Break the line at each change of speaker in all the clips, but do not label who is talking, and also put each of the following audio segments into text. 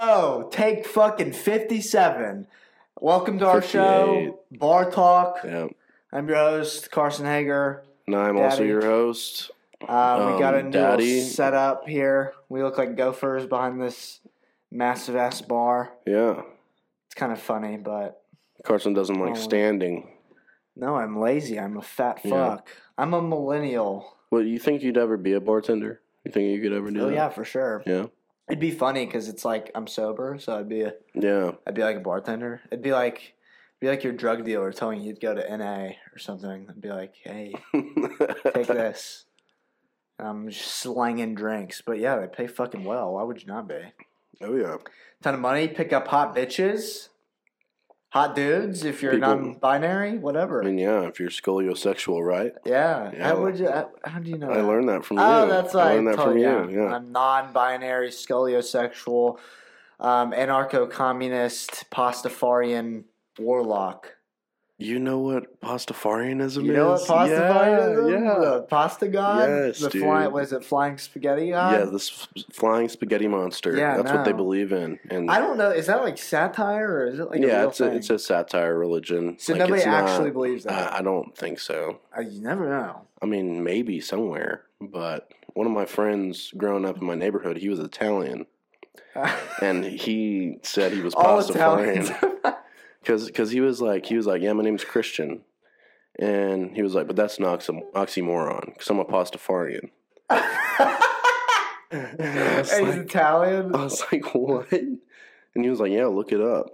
Oh, take fucking 57. Welcome to our show, Bar Talk.
Yeah.
I'm your host, Carson Hager.
And I'm also
Daddy.
your host.
Uh, we got a
Um,
new
Daddy.
setup here. We look like gophers behind this massive ass bar.
Yeah.
It's kind of funny, but
Carson doesn't like
Oh.
standing.
no, I'm lazy. I'm a fat
Yeah.
fuck. I'm a millennial.
Well, you think you'd ever be a bartender? You think you could ever do
Oh,
that?
yeah, for sure.
Yeah.
It'd be funny because it's like I'm sober, so I'd be a,
Yeah.
I'd be like a bartender. It'd be like it'd be like your drug dealer telling you to go to NA or something. I'd be like, hey, take this. And I'm just slanging drinks. But yeah, they pay fucking well. Why would you not be?
oh, yeah.
Ton of money, pick up hot bitches, hot dudes if you're
People-
non binary, whatever.
I mean, yeah, if you're scoliosexual, right?
yeah.
Yeah.
How would you how, how do you know
I
that?
learned that from you.
Oh, that's
I
why I
learned that
told
from
you.
you. Yeah.
I'm non-binary, scoliosexual, um, anarcho-communist, pastafarian, warlock.
You know what pastafarianism
You know what
is?
pastafarianism?
Yeah. yeah.
The pasta god.
Yes,
the
dude.
flying was it flying spaghetti god?
yeah, this f- flying spaghetti monster.
Yeah,
that's what they
no.
believe in. And
I don't know. Is that like satire or is it like a
yeah,
real
it's
thing?
a, it's a satire religion.
so
Like,
nobody
it's not- uh,
actually believes that.
I, I don't think so.
Uh, you never know.
I mean, maybe somewhere, but one of my friends growing up in my neighborhood, he was Italian, and he said he was
All Italians.
Pastafarian because he was like he was like, yeah, my name's Christian, and he was like, but that's an oxy- oxymoron because I'm a Pastafarian. And I was,
He's
like, Oh,
Italian.
I was like, what? And he was like, yeah, look it up.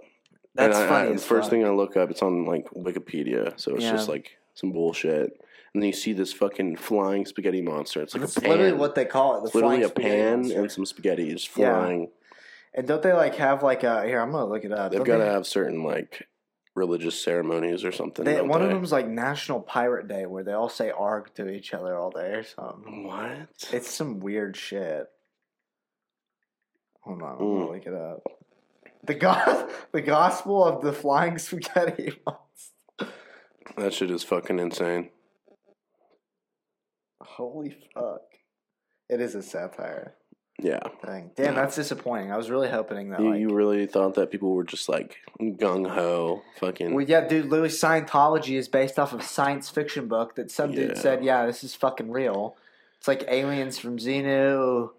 That's
and I- I-
funny.
the
as
first
fuck.
thing I look up, it's on like Wikipedia, so it's
Yeah.
just like some bullshit. And then you see this fucking flying spaghetti monster. It's like
That's
a pan.
literally what they call it. The
it's literally
flying
a
spaghetti
pan
monster.
and some spaghetti is
Yeah.
flying.
And don't they like have like a here? I'm gonna look it up.
They've
Don't
got to
they-
have certain like religious ceremonies or something.
They,
don't
one of
they?
them's like National Pirate Day, where they all say "arg" to each other all day or something.
What?
It's some weird shit. Hold on, I'm gonna
Mm.
look it up. The God, the Gospel of the Flying Spaghetti Monster.
That shit is fucking insane.
Holy fuck! It is a satire
Yeah,
thing. Damn, that's disappointing. I was really hoping that.
you,
like,
you really thought that people were just like gung ho, fucking.
Well, yeah, dude. Literally, Scientology is based off of a science fiction book that some dude
Yeah.
said, "Yeah, this is fucking real." It's like aliens from Xenu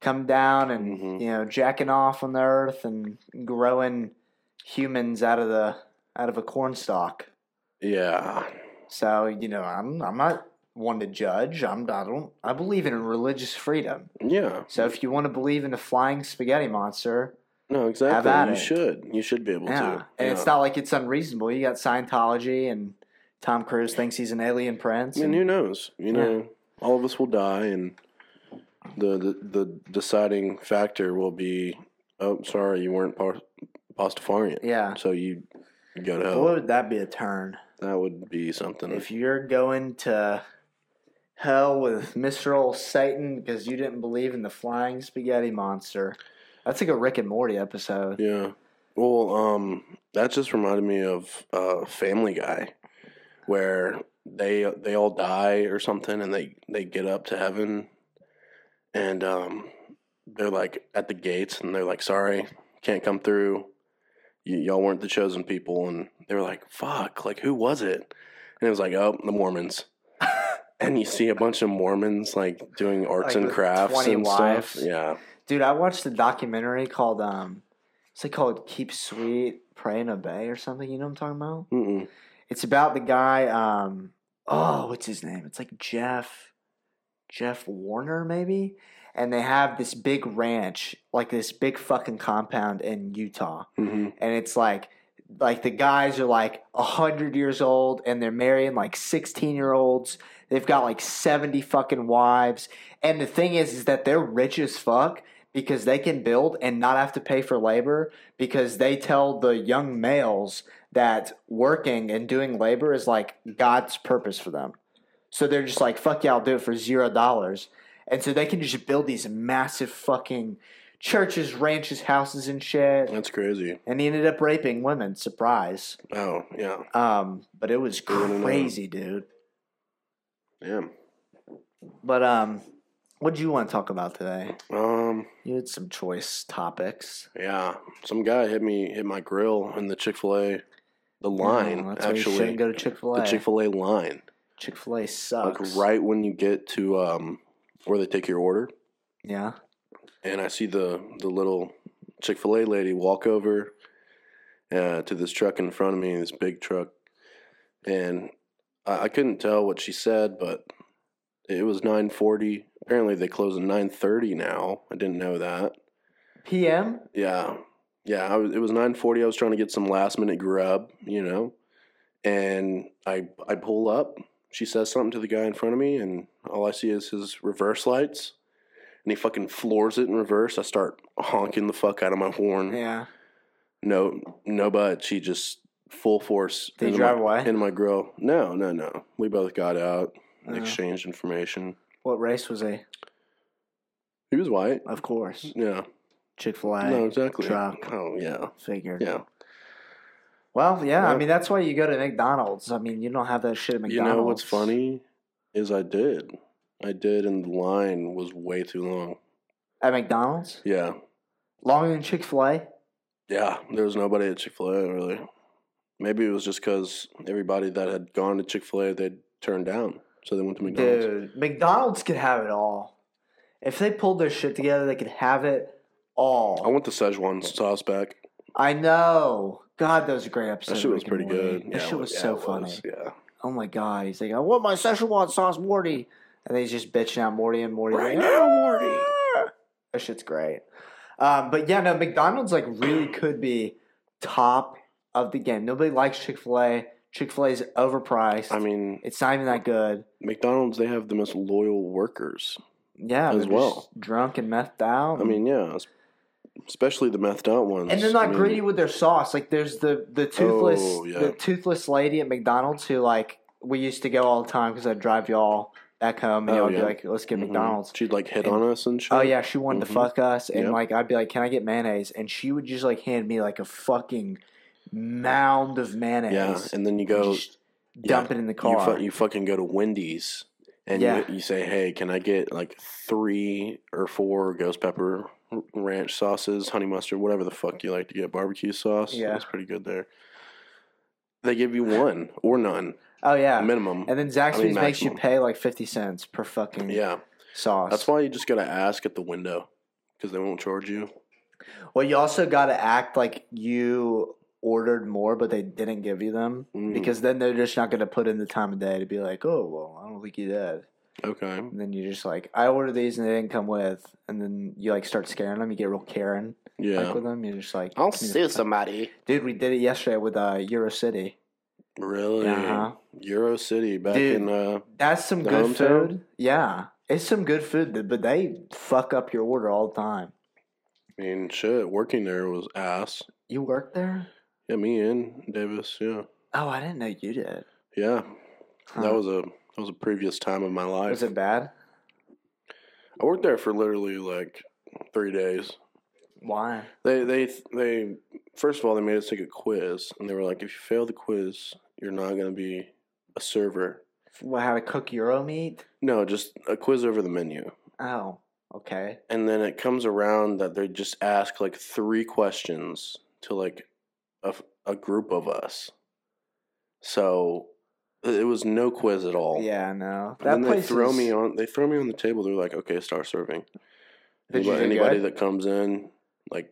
come down and
Mhm.
you know jacking off on the Earth and growing humans out of the out of a corn stalk.
yeah,
So you know, I'm I'm not one to judge. I'm I don't I believe in religious freedom.
yeah.
So if you want to believe in a flying spaghetti monster,
No, exactly.
at
you
it.
should. You should be able
yeah,
to.
and it's
Yeah.
not like it's unreasonable. You got Scientology and. Tom Cruise thinks he's an alien prince.
I mean,
and-
who knows? You
Yeah.
know, all of us will die, and the the, the deciding factor will be, oh, sorry, you weren't par- Pastafarian,
Yeah.
so you go to hell.
Boy, would that be a turn.
That would be something.
If you're going to hell with Mr. Old Satan because you didn't believe in the flying spaghetti monster. That's like a Rick and Morty episode.
yeah. Well, um, that just reminded me of uh, Family Guy, where they they all die or something, and they they get up to heaven, and um, they're like at the gates, and they're like, "Sorry, can't come through. Y- y'all weren't the chosen people." And they were like, "Fuck! Like, who was it?" And it was like, "Oh, the Mormons." and you see a bunch of Mormons like doing arts
Like
and
with
crafts
20
and
wives.
stuff. Yeah.
Dude, I watched a documentary called um it's like called Keep Sweet, Pray and Obey or something. You know what I'm talking about?
Mm-mm.
It's about the guy um oh, what's his name? It's like Jeff Jeff Warner maybe. And they have this big ranch, like this big fucking compound in Utah.
Mm-hmm.
and it's like like the guys are like 100 years old and they're marrying like 16 year olds they've got like 70 fucking wives and the thing is is that they're rich as fuck because they can build and not have to pay for labor because they tell the young males that working and doing labor is like god's purpose for them so they're just like fuck yeah i'll do it for zero dollars and so they can just build these massive fucking churches ranches houses and shit
That's crazy.
and he ended up raping women. Surprise.
Oh, yeah.
Um, but it was
Good to know.
crazy, dude.
Damn.
But um, What do you want to talk about today?
Um,
You had some choice topics.
yeah, some guy hit me hit my grill in the Chick Fil A, the line
Oh, that's why you
actually,
shouldn't go to Chick Fil
the
A.
Chick Fil A line,
Chick Fil A sucks.
like right when you get to um where they take your order,
Yeah.
and I see the the little Chick Fil A lady walk over uh, to this truck in front of me, this big truck, and I, I couldn't tell what she said, but it was nine forty. Apparently, they close at nine thirty now. I didn't know that.
PM.
Yeah, yeah. I was, it was nine forty. I was trying to get some last minute grub, you know, and I I pull up. She says something to the guy in front of me, and all I see is his reverse lights, and he fucking floors it in reverse. I start honking the fuck out of my horn.
Yeah.
No, no, but she just full force
Did you
into
drive
my,
away?
into my grill. No, no, no. We both got out,
Uh,
exchanged information.
what race was he?
He was white.
Of course,
Yeah.
Chick Fil A.
no, exactly.
truck.
Oh yeah,
Figured.
yeah.
Well, yeah, I
Yeah.
mean that's why you go to McDonald's. I mean you don't have that shit at McDonald's.
You know what's funny is I did. I did, and the line was way too long.
At McDonald's,
Yeah,
longer than Chick Fil A.
yeah. There was nobody at Chick Fil A really. Maybe it was just because everybody that had gone to Chick Fil A they turned down, so they went to McDonald's.
Dude, McDonald's could have it all. If they pulled their shit together, they could have it all.
I want the Szechuan sauce back.
I know. God, those are great
That
episodes.
shit
of
was
Rick
pretty
and Morty.
good.
That
Yeah,
shit was
yeah,
so
it
funny.
was, Yeah,
Oh my god, he's like, I want my Szechuan sauce, Morty, and then he's just bitching out Morty and Morty.
Right
like,
now, Morty.
"Ah!" That shit's great. Um, but yeah, no, McDonald's like really could be top of the game. Nobody likes Chick Fil A. Chick Fil A is overpriced.
I mean
it's not even that good.
McDonald's. They have the most loyal workers.
Yeah,
As
they're just
well.
drunk and methed out.
I mean, yeah, es- especially the methed out ones.
and they're not
I mean,
greedy with their sauce. Like there's the the toothless
Oh, yeah.
the toothless lady at McDonald's who like we used to go all the time because I'd drive y'all back home and
Oh,
y'all would
yeah.
be like, let's get
mhm.
McDonald's.
She'd like hit
And-
on us and shit.
Oh yeah, she wanted
Mhm.
to fuck us, and
Yep.
like I'd be like, "Can I get mayonnaise?" And she would just like hand me like a fucking mound of mayonnaise.
Yeah, and then you
and
go
just dump it in the car.
You, fu- you fucking go to Wendy's and
Yeah.
you, you say, "Hey, can I get like three or four ghost pepper r- ranch sauces, honey mustard, whatever the fuck you like to get, barbecue sauce?
Yeah.
it's pretty good there." They give you one or none
oh yeah,
minimum.
and then Zaxby's
I mean,
makes you
maximum.
pay like fifty cents per fucking
yeah,
sauce.
that's why you just gotta ask at the window because they won't charge you.
Well, you also got to act like you ordered more, but they didn't give you them
Mm.
because then they're just not going to put in the time of day to be like, "Oh well, I don't think you did."
Okay,
And then you're just like, "I ordered these and they didn't come with," and then you like start scaring them. You get real Karen.
yeah,
like with them. You're just like,
I'll
"Give me the
sue
fuck-"
somebody.
Dude, we did it yesterday with uh, Euro City.
Really,
Uh-huh.
Euro City back
Dude.
in uh,
That's some
The
good
hometown?
food. Yeah, it's some good food, th- but they fuck up your order all the time.
I mean, shit, working there was ass.
You work there?
Yeah, me and Davis. Yeah,
Oh, I didn't know you did.
yeah.
Huh.
That was a that was a previous time of my life.
was it bad?
I worked there for literally like three days.
Why?
They they they first of all they made us take a quiz and they were like, if you fail the quiz, you're not gonna be a server.
Well, how to cook Euro meat?
No, just a quiz over the menu.
Oh, okay.
And then it comes around that they just ask like three questions to like a, f- a group of us. So it it was no quiz at all.
Yeah, no.
That
That
then they
place
throw
is-
me on. They throw me on the table. They're like, "Okay, start serving."
Did you
Anybody,
do
anybody
good?
that comes in, like,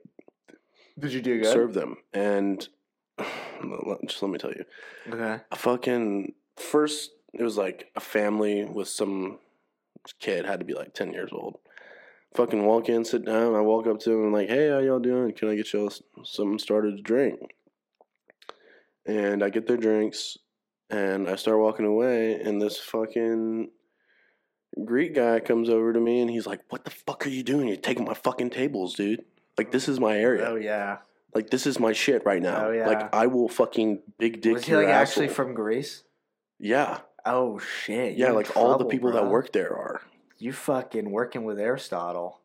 Did you do good?
serve them. And let- just let me tell you,
Okay.
a fucking first. It was like a family with some kid had to be like ten years old. Fucking walk in, sit down. I walk up to him. I'm like, "Hey, how y'all doing? Can I get y'all s- something started to drink?" And I get their drinks, and I start walking away, and this fucking Greek guy comes over to me, and he's like, "What the fuck are you doing? You're taking my fucking tables, dude. Like this is my area.
Oh yeah.
Like this is my shit right now.
Oh, yeah.
Like I will fucking big dick
was he
your
like
asshole.
actually from Greece?
Yeah,
Oh shit.
yeah.
you're in
Like all the
trouble,
people
bro.
that work there are.
You fucking working with Aristotle.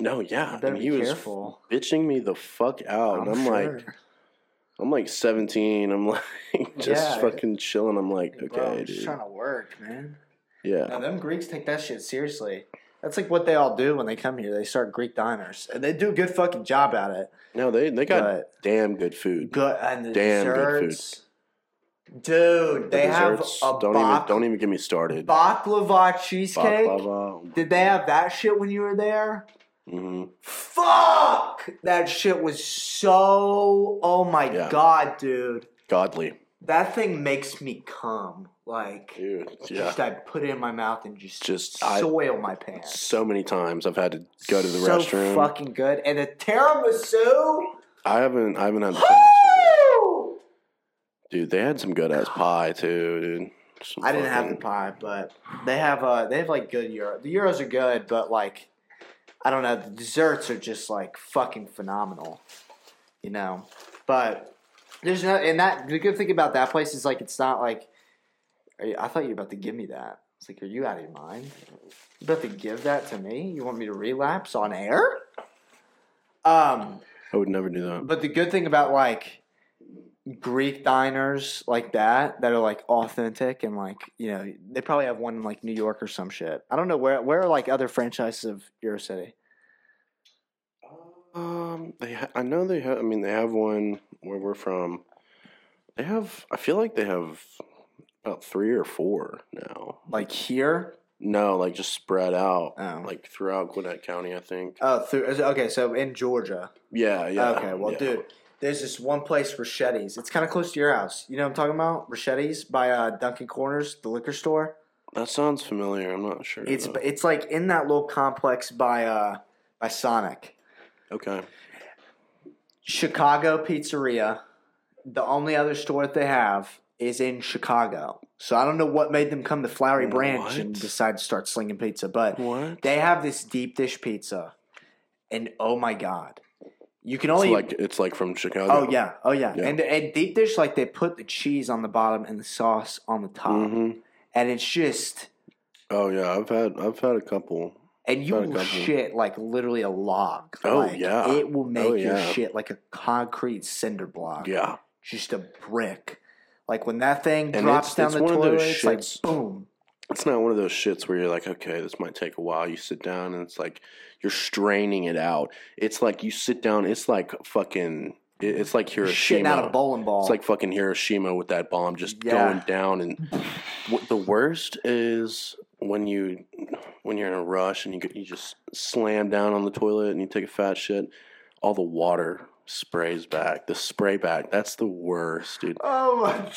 No, yeah.
You better
and
be
he was
careful.
bitching me the fuck out, and I'm like,
sure.
I'm like 17. I'm like just
Yeah.
fucking chilling. I'm like, okay,
Bro, I'm
dude.
just trying to work, man.
yeah,
Now them Greeks take that shit seriously. That's like what they all do when they come here. They start Greek diners, and they do a good fucking job at it.
No, they they got
But-
damn good food.
Good and the
Damn good food.
desserts, dude. They
The
have
desserts,
a
don't
bak-
even don't even get me started.
baklava cheesecake.
Baklava.
Did they have that shit when you were there?
Mhm.
Fuck! That shit was so. Oh my
Yeah.
god, dude.
Godly,
That thing makes me cum. Like,
dude. Yeah,
just I put it in my mouth and just,
Just- I-
soil my pants.
so many times I've had to go to the
so
restroom.
fucking good. And the tiramisu.
I haven't I haven't had the
Woo!
dude. They had some good ass pie too, dude. Some
I didn't have the
fucking-
pie, but they have uh they have like good euro. The euros are good, but like I don't know, the desserts are just like fucking phenomenal, you know. But there's no and that the good thing about that place is like it's not like are you, I thought you were about to give me that. It's like are you out of your mind? You about to give that to me? You want me to relapse on air? Um,
I would never do that.
but the good thing about like Greek diners like that that are like authentic and like you know they probably have one in like New York or some shit. I don't know where where are like other franchises of Eurocity.
Um, they ha- I know they have. I mean, they have one where we're from. They have. I feel like they have about three or four now.
Like here,
No, like just spread out,
Oh.
like throughout Gwinnett County. I think.
oh, through, okay, so in Georgia.
yeah, yeah.
okay, well,
yeah.
dude, there's this one place, Rochetti's. It's kind of close to your house. You know what I'm talking about? Rochetti's by uh, Dunkin' Corners, the liquor store.
that sounds familiar. I'm not sure.
It's
though.
it's like in that little complex by uh by Sonic.
okay.
Chicago Pizzeria. The only other store that they have is in Chicago. So I don't know what made them come to Flowery Branch and
What?
decide to start slinging pizza, but
What?
they have this deep dish pizza. And oh my god. You can
It's
only
like it's like from Chicago.
Oh yeah. Oh yeah.
Yeah.
And and deep dish like they put the cheese on the bottom and the sauce on the top.
hmm
And it's just
Oh yeah. I've had I've had a couple.
and you
Not a
will
couple.
shit like literally a log.
Oh,
Like,
yeah.
It will make your
yeah.
shit like a concrete cinder block.
Yeah.
just a brick. Like when that thing
And
drops
it's-
down
it's
the
one of
toilet,
those
it's like
shits-
boom.
It's not one of those shits where you're like, okay, this might take a while. You sit down and it's like you're straining it out. It's like you sit down. It's like fucking. it- It's like
You're shitting
Hiroshima.
out a bowling ball.
It's like fucking Hiroshima with that bomb just
Yeah.
going down. And what the worst is when you when you're in a rush and you go- you just slam down on the toilet and you take a fat shit. All the water sprays back. The spray back. That's the worst, dude.
oh my god.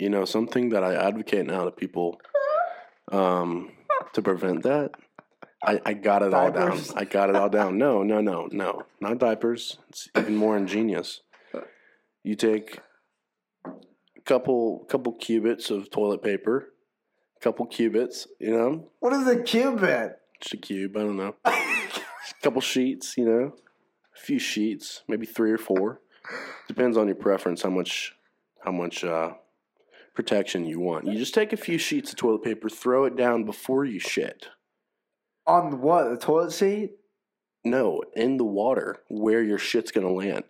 You know something that I advocate now to people um, to prevent that. I, I got it
Diapers.
all down. I got it all down. No, no, no, no. Not diapers. It's even more ingenious. You take a couple couple cubits of toilet paper, couple cubits, you know,
What is a cubit?
just a cube, I don't know. a couple sheets, you know. A few sheets, maybe three or four. Depends on your preference how much how much uh protection you want. You just take a few sheets of toilet paper, throw it down before you shit.
On the what? The toilet seat?
No, in the water where your shit's gonna land,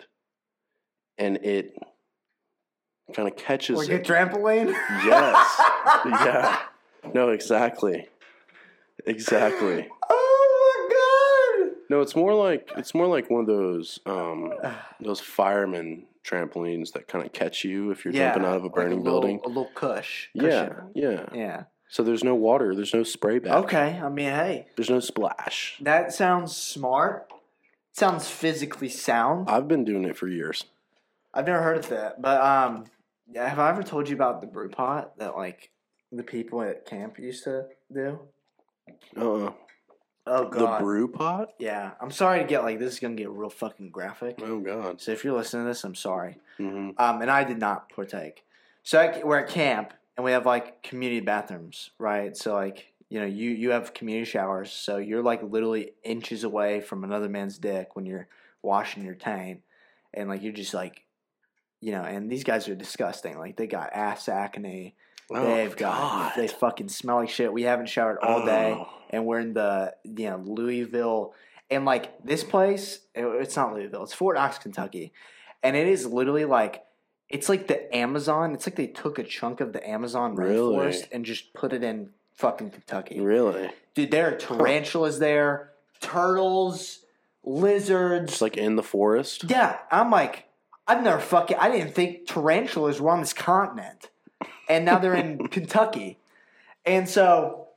and it kind of catches
Like a
it.
trampoline?
yes, yeah, no, exactly, exactly.
oh my god.
No, it's more like it's more like one of those um, those firemen trampolines that kind of catch you if you're jumping out of a
like
burning
little-
building.
A little cush.
Yeah,
cushion.
yeah,
Yeah.
So there's no water. There's no spray back.
Okay. I mean, hey,
There's no splash.
that sounds smart. Sounds physically sound.
I've been doing it for years.
I've never heard of that, but um, yeah, have I ever told you about the brew pot that like the people at camp used to do?
Uh, uh
Oh
the
god,
brew pot.
yeah. I'm sorry to get like this is gonna get real fucking graphic.
Oh God.
So if you're listening to this, I'm sorry.
hmm
Um, and I did not partake. So I, we're at camp and we have like community bathrooms, right? So like you know you you have community showers, so you're like literally inches away from another man's dick when you're washing your taint, and like you're just like. You know, and these guys are disgusting. Like they got ass acne.
Oh,
They've got they fucking smell like shit. We haven't showered all day,
Oh.
and we're in the you know Louisville, and like this place, it- it's not Louisville, it's Fort Knox, Kentucky, and it is literally like it's like the Amazon. It's like they took a chunk of the Amazon
Really?
rainforest and just put it in fucking Kentucky.
Really?
Dude, there are tarantulas there, turtles, lizards.
It's like in the forest.
yeah, I'm like, I've never fucking, I didn't think tarantulas were on this continent. And now they're in Kentucky. And so,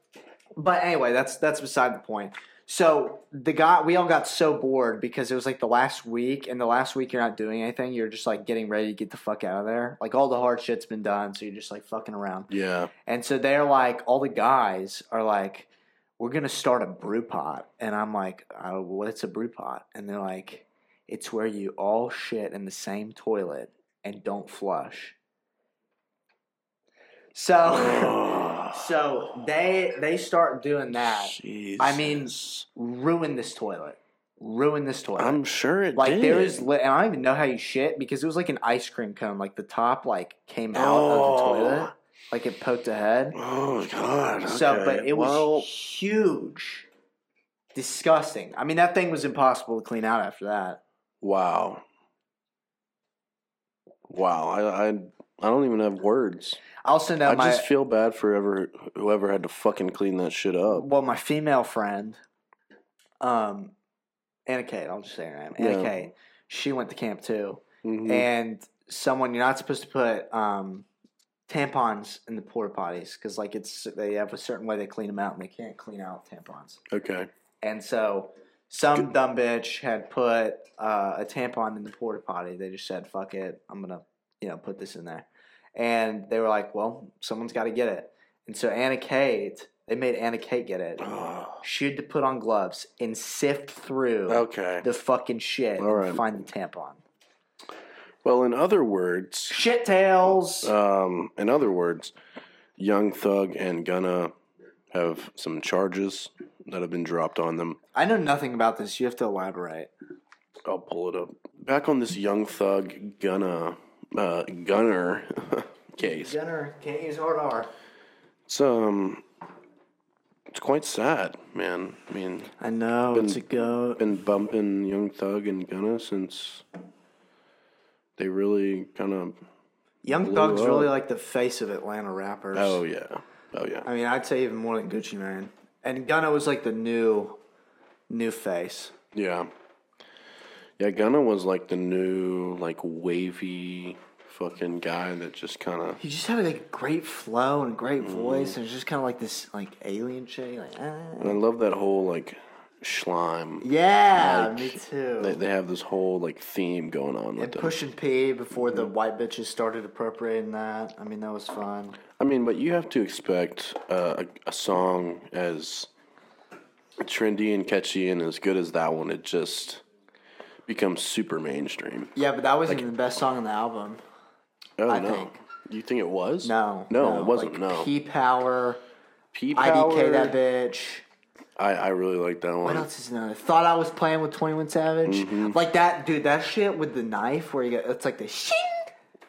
but anyway, that's that's beside the point. So the guy, we all got so bored because it was like the last week, and the last week you're not doing anything. You're just like getting ready to get the fuck out of there. Like all the hard shit's been done, so you're just like fucking around.
Yeah.
And so they're like, all the guys are like, we're gonna start a brew pot. And I'm like, oh, what's a brew pot? And they're like, it's where you all shit in the same toilet and don't flush. So, so they they start doing that. I mean,
Jesus.
Ruin this toilet. Ruin this toilet.
I'm sure it
like
did.
there is, li- and I don't even know how you shit because it was like an ice cream cone. Like the top, like came out of the
Oh.
toilet, like it poked ahead.
Oh God.
So, but
okay.
it was
Well,
huge, disgusting. I mean, that thing was impossible to clean out after that.
wow. Wow. I I I don't even have words.
I also know
I
my
just feel bad for ever whoever had to fucking clean that shit up.
well, my female friend, um, Anna Kate. I'll just say her name, Anna
Yeah.
Kate. She went to camp too,
Mhm.
and someone you're not supposed to put um tampons in the porta potties because like it's they have a certain way they clean them out and they can't clean out tampons.
okay.
And so some dumb bitch had put uh, a tampon in the porta potty. They just said, "Fuck it, I'm gonna, you know, put this in there." And they were like, "Well, someone's got to get it." And so Anna Kate, they made Anna Kate get it.
Oh,
She had to put on gloves and sift through
okay.
the fucking shit
All right.
and find the tampon.
Well, in other words,
Shit tails.
um, in other words, Young Thug and Gunna have some charges that have been dropped on them.
I know nothing about this. You have to elaborate.
I'll pull it up. Back on this Young Thug Gunna uh, Gunner case.
Jenner can't use hard R.
It's um, it's quite sad, man. I mean,
I know
Been-
it's a go.
been bumping Young Thug and Gunna since they really kind of.
Young
blew
Thug's really
up.
like the face of Atlanta rappers.
Oh yeah, oh yeah.
I mean, I'd say even more than Gucci Mane. And Gunna was like the new, new face.
Yeah. Yeah, Gunna was like the new, like wavy fucking guy that just kind of
He just had like a great flow and a great
Mm-hmm.
voice, and it's just kind of like this like alien shit. Like, ah.
I love that whole like slime.
yeah,
Like,
me too.
They, they have this whole like theme going on with
and
them.
Push and P before the
Mm-hmm.
white bitches started appropriating that. I mean, that was fun.
I mean, but you have to expect uh, a, a song as trendy and catchy and as good as that one. It just becomes super mainstream.
Yeah, but that wasn't even the best song on the album.
Oh
I
no,
think.
you think it was?
No,
no, it wasn't.
Like,
no,
P Power,
P
IDK that bitch.
I I really like that
What
one.
else is another? Thought I was playing with Twenty One Savage,
Mm-hmm.
like that dude. That shit with the knife, where you got it's like the shing.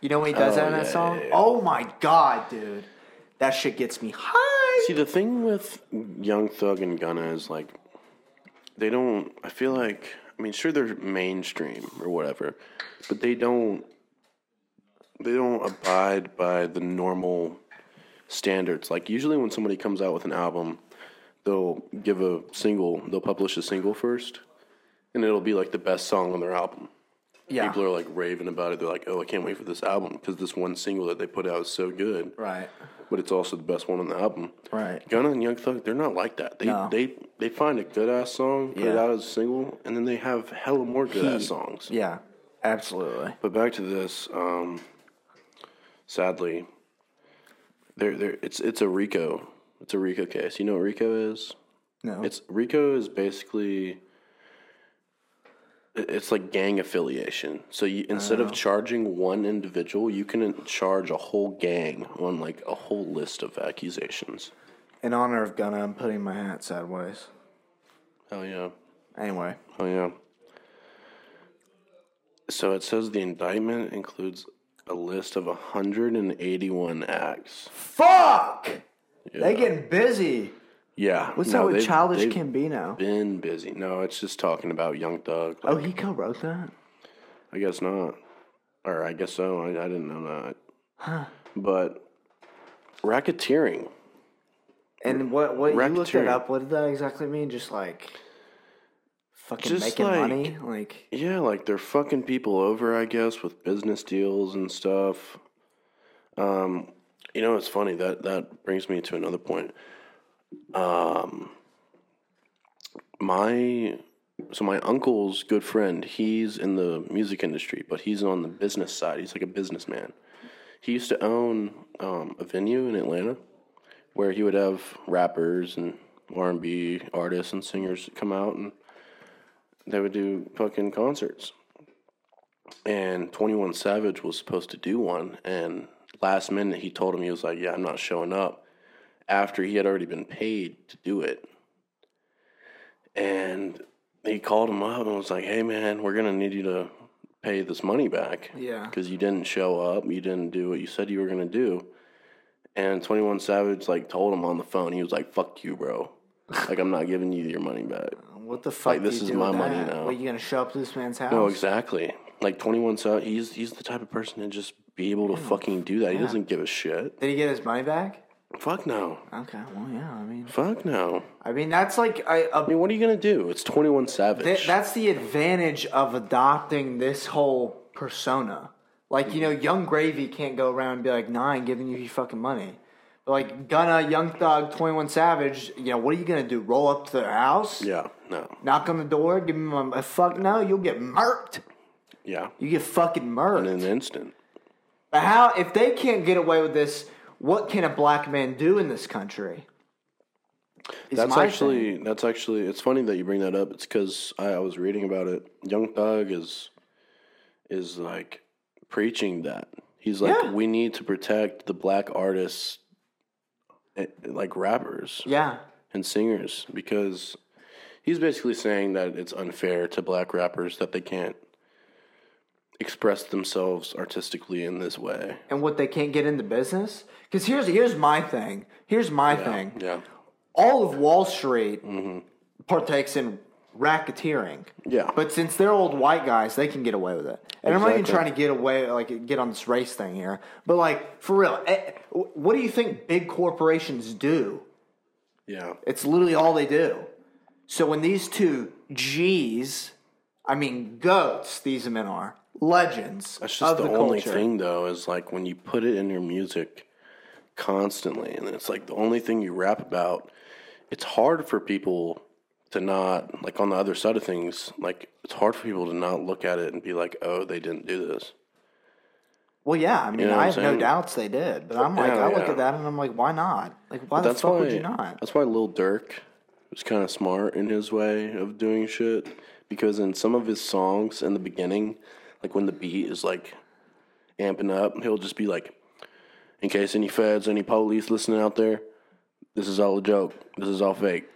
You know when he does
Oh,
that in that
yeah,
song?
yeah, yeah.
Oh my god, dude, that shit gets me high.
See, the thing with Young Thug and Gunna is like, they don't. I feel like, I mean, sure they're mainstream or whatever, but they don't. They don't abide by the normal standards. Like usually, when somebody comes out with an album, they'll give a single. They'll publish a single first, and it'll be like the best song on their album.
Yeah,
People are like raving about it. They're like, "Oh, I can't wait for this album because this one single that they put out is so good."
right,
but it's also the best one on the album.
right.
Gunna and Young Thug, they're not like that. They
No.
they they find a good ass song, put it
Yeah.
out as a single, and then they have hella more good ass
Heat.
songs.
Yeah, absolutely.
But back to this, um, sadly, there there it's it's a Rico, it's a Rico case. You know what Rico is?
No,
It's Rico is basically it- it's like gang affiliation. So you, instead
Oh.
of charging one individual, you can charge a whole gang on like a whole list of accusations.
in honor of Gunna. I'm putting my hat sideways.
Oh yeah.
Anyway,
Oh yeah. So it says the indictment includes a list of 181 acts.
fuck.
Yeah.
They getting busy.
yeah.
What's
No,
that with
they've-
Childish
they've
Can Be now?
Been busy. No, it's just talking about Young Thug.
Oh, he co-wrote that.
I guess not. Or I guess so. I, I didn't know that. But racketeering.
And what what you looked it
Rector.
up? What did that exactly mean? Just like fucking
Just
making
like-
money, like
Yeah, like they're fucking people over, I guess, with business deals and stuff. Um, you know, it's funny that that brings me to another point. Um, my so my uncle's good friend, he's in the music industry, but he's on the business side. He's like a businessman. He used to own um, a venue in Atlanta where he would have rappers and R and B artists and singers come out and they would do fucking concerts. And 21 Savage was supposed to do one. And last minute, he told him, he was like, Yeah, I'm not showing up. After he had already been paid to do it. And he called him up and was like, Hey, man, we're going to need you to pay this money back
yeah,
because you didn't show up. You didn't do what you said you were going to do. And 21 Savage, like, told him on the phone, he was like, Fuck you, bro. Like, I'm not giving you your money back.
what the fuck?
Like,
do
this
you
is
do
my
with
money
that?
now.
What, you gonna show up to this man's house?
No, Oh, exactly. Like twenty one, so he's he's the type of person to just be able to fucking do that. He doesn't give a shit.
Did he get his money back?
Fuck no.
Okay, well, yeah. I mean,
Fuck no.
I mean that's like I. a
I mean, what are you gonna do? It's twenty one Savage.
Th- that's the advantage of adopting this whole persona. Like, you know,
Mm-hmm.
Young Gravy can't go around and be like, nah, I'm giving you your fucking money. But like, Gunna, Young Thug, 21 Savage, you know, what are you going to do? Roll up to their house?
yeah. No.
Knock on the door? Give them a, a fuck no? You'll get murked.
Yeah.
You get fucking
In
murked.
an instant.
But how, if they can't get away with this, what can a black man do in this country? Is
That's
my
actually
thing.
that's actually it's funny that you bring that up. It's because I, I was reading about it. Young Thug is is like preaching that he's like
Yeah.
we need to protect the black artists, eh, like rappers.
Yeah.
and singers because he's basically saying that it's unfair to black rappers that they can't express themselves artistically in this way.
And what they can't get into business? Because here's, here's my thing. Here's my thing.
Yeah. Mm-hmm.
all of Wall Street partakes in racketeering.
Yeah.
But since they're old white guys, they can get away with it. And I'm not even
Exactly.
trying to get away, like get on this race thing here. But like for real, eh, wh- what do you think big corporations do?
yeah.
It's literally all they do. So when these two G's, I mean goats, these men are legends.
That's just
of
the,
the,
only
culture.
thing though is like when you put it in your music constantly and it's like the only thing you rap about, it's hard for people to not like on the other side of things, like it's hard for people to not look at it and be like, "Oh, they didn't do this."
Well, yeah, I mean,
know what
I
I'm
have no
saying?
doubts they did, but I'm like,
Yeah,
I look
yeah.
at that and I'm like, why not? Like, why the
that's
fuck
why
would you not?
that's why Lil Durk was kind of smart in his way of doing shit because in some of his songs in the beginning, like when the beat is like amping up, he'll just be like, "In case any feds, any police listening out there, this is all a joke. This is all fake.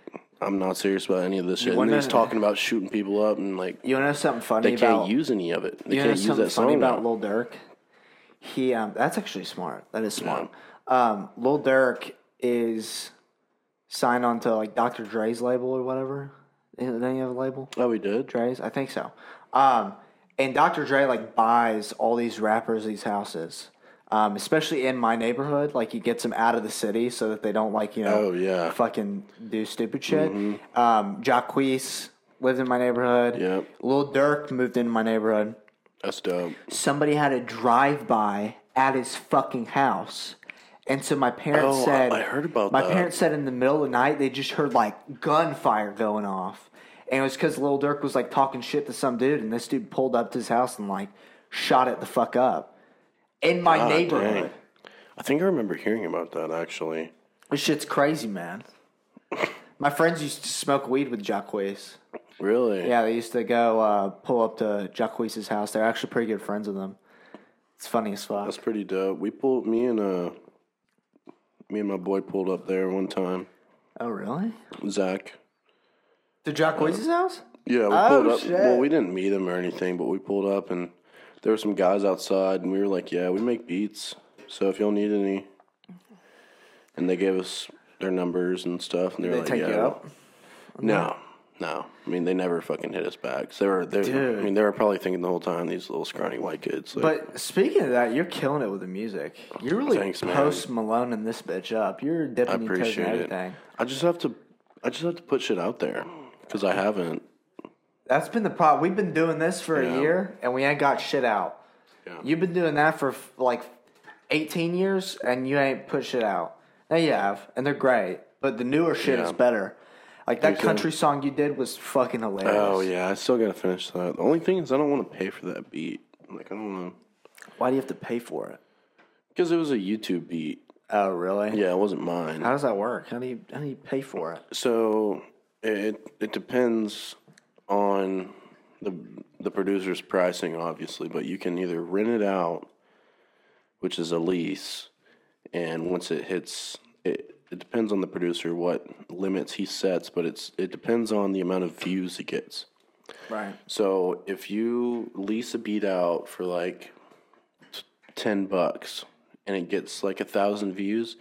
I'm not serious about any of this shit." And
wanna-
then he's talking about shooting people up and like
You know something funny
they
about
can't use any of it. They
you know
can't use
something
that
funny
song.
about
About
Lil Durk? He um, that's actually smart. That is smart. Um, Lil Durk is signed on to like Dr. Dre's label or whatever. Did he have a label?
oh, we did.
Dre's, I think so. Um, and Dr. Dre like buys all these rappers these houses. Um, especially in my neighborhood, like he gets them out of the city so that they don't like you know
Oh yeah, Mm-hmm.
fucking do stupid shit. Um, Jacquees lived in my neighborhood.
Yep.
Lil Durk moved into my neighborhood.
that's dope.
Somebody had a drive by at his fucking house. And so my parents
Oh, I-
said,
I heard about
My
that.
parents said in the middle of the night they just heard like gunfire going off, and it was because Lil Durk was like talking shit to some dude, and this dude pulled up to his house and like shot it the fuck up in my
God
neighborhood.
dang. I think I remember hearing about that actually.
This shit's crazy, man. My friends used to smoke weed with Jacquees.
Really?
Yeah, they used to go uh, pull up to Jacquees' house. They're actually pretty good friends with him. It's funny as fuck.
That's pretty dope. We pulled me and uh me and my boy pulled up there one time.
Oh, really?
Zach.
To Jacquees' house?
Yeah, we
Oh,
pulled up.
shit.
Well, we didn't meet him or anything, but we pulled up and there were some guys outside, and we were like, "Yeah, we make beats. So if y'all need any," and they gave us their numbers and stuff, and they were
They
like,
take
"Yeah,
you out.
no, No, I mean they never fucking hit us back. So they were, they, I
Dude.
mean, they were probably thinking the whole time these little scrawny white kids. Like,
But speaking of that, you're killing it with the music. You're really
Thanks, man.
post Malone and this bitch up. You're dipping your toes in
appreciate it.
everything.
I just have to, I just have to put shit out there because I haven't.
That's been the problem. We've been doing this for
Yeah.
a year and we ain't got shit out.
Yeah.
You've been doing that for f- like 18 years and you ain't put shit out. Now you have, and they're great, but the newer shit
Yeah.
is better. Like that
Appreciate
country song you did was fucking hilarious.
Oh yeah, I still gotta finish that. The only thing is, I don't want to pay for that beat. Like I don't want to,
Why do you have to pay for it?
because it was a YouTube beat.
Oh, really?
Yeah, it wasn't mine.
How does that work? How do you how do you pay for it?
So it it depends on the the producer's pricing, obviously, but you can either rent it out, which is a lease, and once it hits it. It depends on the producer what limits he sets, but it's it depends on the amount of views he gets.
Right.
So if you lease a beat out for like t- ten bucks and it gets like a thousand views,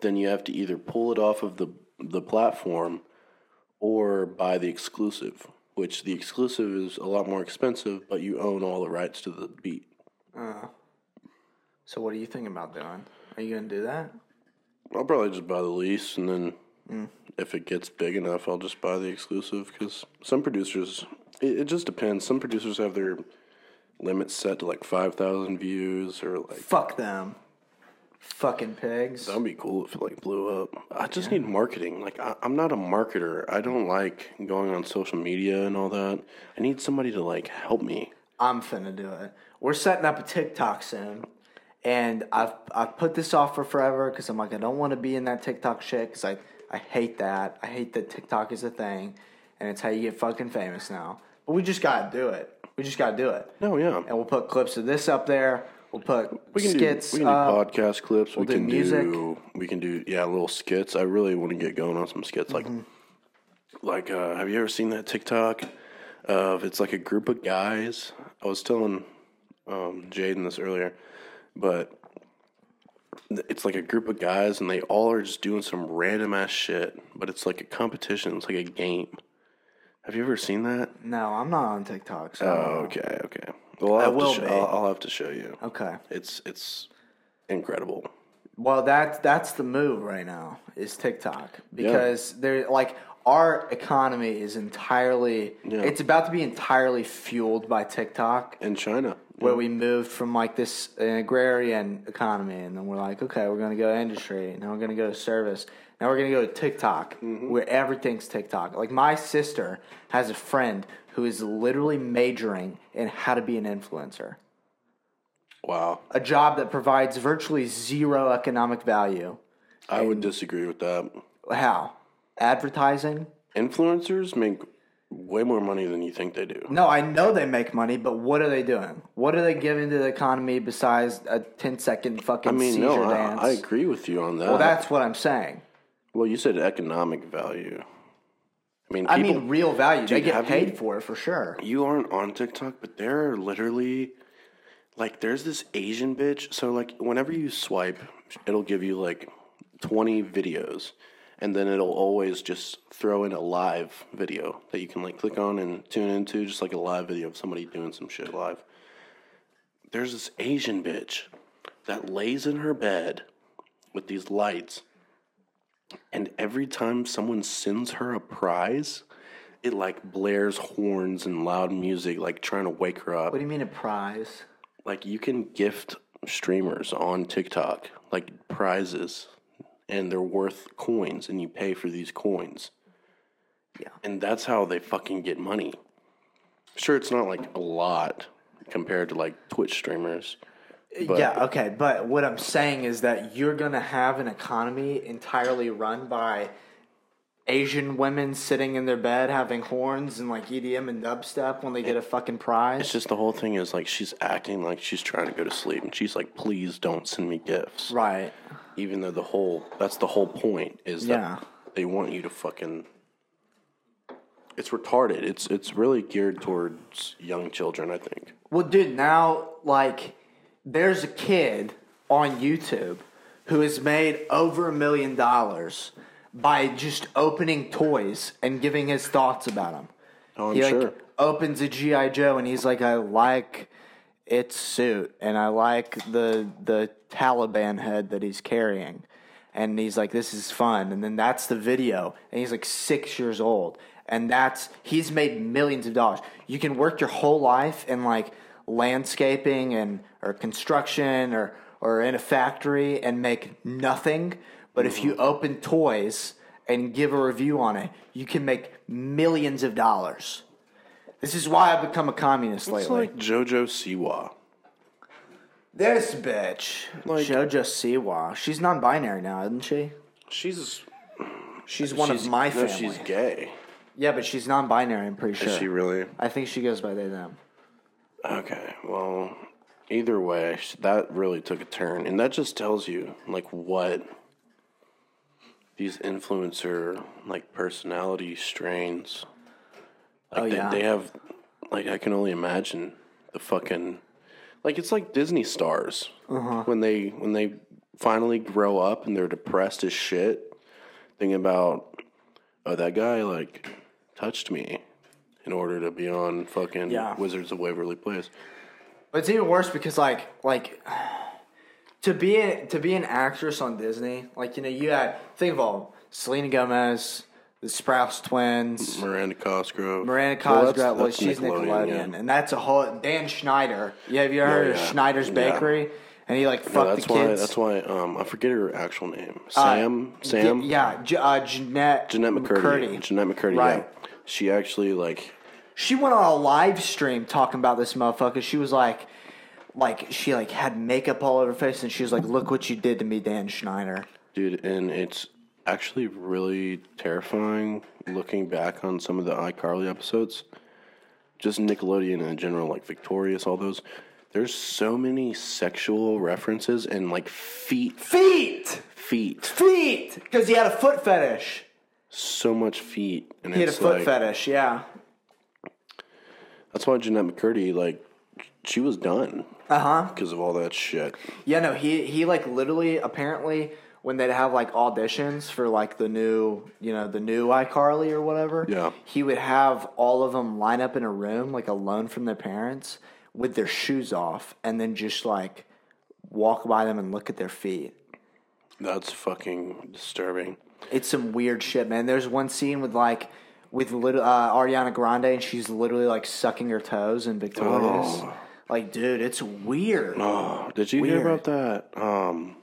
then you have to either pull it off of the the platform or buy the exclusive, which the exclusive is a lot more expensive, but you own all the rights to the beat.
So what are you thinking about doing? Are you gonna do that?
I'll probably just buy the lease and then if it gets big enough, I'll just buy the exclusive because some producers, it, it just depends. Some producers have their limits set to like 5,000 views or like,
Fuck them. Fucking pigs.
that'd be cool if it like blew up. I just need marketing. Like, I, I'm not a marketer. I don't like going on social media and all that. I need somebody to like help me.
I'm finna do it. We're setting up a TikTok soon. And I've I've put this off for forever because I'm like I don't want to be in that TikTok shit because I I hate that I hate that TikTok is a thing, and it's how you get fucking famous now. But we just gotta do it. We just gotta do it.
No, yeah.
And we'll put clips of this up there. We'll put
We can
skits.
do we can
up.
do podcast clips. we
uh, do
can
music.
do we can do yeah little skits. I really want to get going on some skits. Like
Mm-hmm.
like uh, have you ever seen that TikTok of it's like a group of guys? I was telling um, Jaden this earlier, but th- it's like a group of guys and they all are just doing some random ass shit. But it's like a competition. It's like a game. Have you ever seen that?
no, I'm not on TikTok. So
Oh, okay, okay. Well, I'll have,
will
to
be.
show, I'll, I'll have to show you.
okay.
It's it's incredible.
Well, that that's the move right now is TikTok because they're like our economy is entirely it's about to be entirely fueled by TikTok
in China.
where we moved from like this agrarian economy and then we're like okay we're going to go to industry now we're going to go to service now we're going to go to tiktok where everything's tiktok like my sister has a friend who is literally majoring in how to be an influencer
Wow.
a job that provides virtually zero economic value
I would disagree with that.
How? Advertising?
Influencers make way more money than you think they do.
No, I know they make money, but what are they doing? What are they giving to the economy besides a 10 second fucking
I mean,
seizure
no, I,
dance?
I agree with you on that.
well, that's what I'm saying.
Well, you said economic value. I mean, people,
I mean, real value. they get
have
paid
you-
for it for sure.
you aren't on TikTok, but there are literally like there's this Asian bitch. So like whenever you swipe, it'll give you like 20 videos and then it'll always just throw in a live video that you can like click on and tune into just like a live video of somebody doing some shit live. There's this Asian bitch that lays in her bed with these lights and every time someone sends her a prize, it like blares horns and loud music, like trying to wake her up.
What do you mean a prize?
Like you can gift streamers on TikTok like prizes, and they're worth coins, and you pay for these coins.
Yeah.
and that's how they fucking get money. Sure, it's not like a lot compared to like Twitch streamers. But-
yeah, okay, but what I'm saying is that you're going to have an economy entirely run by Asian women sitting in their bed having horns and like EDM and dubstep when they get a fucking prize.
It's just the whole thing is like she's acting like she's trying to go to sleep, and she's like, "Please don't send me gifts."
right.
even though the whole that's the whole point is
Yeah.
that they want you to fucking it's retarded it's it's really geared towards young children i think
Well, dude, now like there's a kid on YouTube who has made over a million dollars by just opening toys and giving his thoughts about them.
Oh, I'm
he like
sure.
opens a GI Joe and he's like, "I like its suit and I like the the Taliban head that he's carrying," and he's like, "This is fun." And then that's the video, and he's like six years old, and that's he's made millions of dollars. You can work your whole life in like landscaping and or construction or or in a factory and make nothing, but if you open toys and give a review on it, you can make millions of dollars. This is why I've become a communist
It's
lately.
like JoJo Siwa.
this bitch,
Like-
JoJo Siwa, she's non-binary now, isn't she?
She's
She's one
Uh, she's
of my
no,
family.
she's gay.
yeah, but she's non-binary. I'm pretty sure.
Is she really?
I think she goes by they them.
Okay. Well, either way, sh- that really took a turn, and that just tells you like what these influencer like personality strains. Like
Oh,
they,
yeah.
they have like I can only imagine the fucking like it's like Disney stars
Uh-huh.
when they when they finally grow up and they're depressed as shit. Thinking about oh that guy like touched me in order to be on fucking
Yeah.
Wizards of Waverly Place.
But it's even worse because like like to be a, to be an actress on Disney, like you know you had think of all of 'em. Selena Gomez, the Sprouse twins,
Miranda Cosgrove.
Miranda
Mm. Well,
Cosgrove,
that's-
well,
that's
she's Nickelodeon,
yeah.
and that's a whole Dan Schneider. Yeah, have you ever heard
yeah.
of Schneider's
Yeah.
Bakery? And he like fucked
No, that's
the
why.
kids.
That's why. Um, I forget her actual name. Sam. Sam.
Ge- Uh, yeah, J- uh, Jeanette.
Jeanette McCurdy.
McCurdy.
Jeanette McCurdy.
Right.
Yeah. She actually like.
She went on a live stream talking about this motherfucker. She was like, like she like had makeup all over her face, and she was like, "Look what you did to me, Dan Schneider."
Dude, and it's actually really terrifying looking back on some of the iCarly episodes. Just Nickelodeon in general, like Victorious, all those. There's so many sexual references and like feet,
Feet,
feet,
feet, because he had a foot fetish.
so much feet. And
He had a
it's
foot
like,
fetish. Yeah.
That's why Jeanette McCurdy, like, she was done. Uh huh. Because of all that shit.
Yeah, no, he he like literally apparently when they'd have like auditions for like the new you know the new iCarly or whatever,
Yeah.
he would have all of them line up in a room like alone from their parents with their shoes off, and then just like walk by them and look at their feet.
That's fucking disturbing.
It's some weird shit, man. There's one scene with like with little uh, Ariana Grande, and she's literally like sucking her toes in Victorious. Like, dude, it's weird.
Oh, did you
Weird.
hear about that? Um,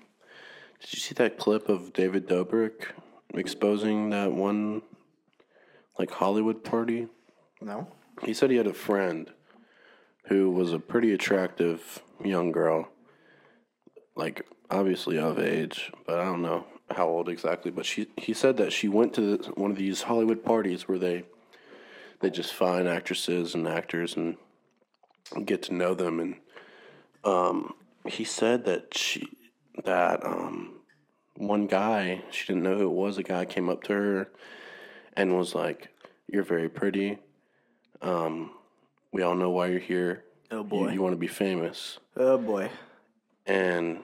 did you see that clip of David Dobrik exposing that one, like, Hollywood party?
No,
He said he had a friend who was a pretty attractive young girl, like obviously of age, but I don't know how old exactly. But she, he said that she went to the, one of these Hollywood parties where they they just find actresses and actors and get to know them, and um, he said that she that um, one guy she didn't know who it was. A guy came up to her and was like, "You're very pretty." we all know why you're here.
oh
You,
boy,
you want to be famous.
oh boy,
And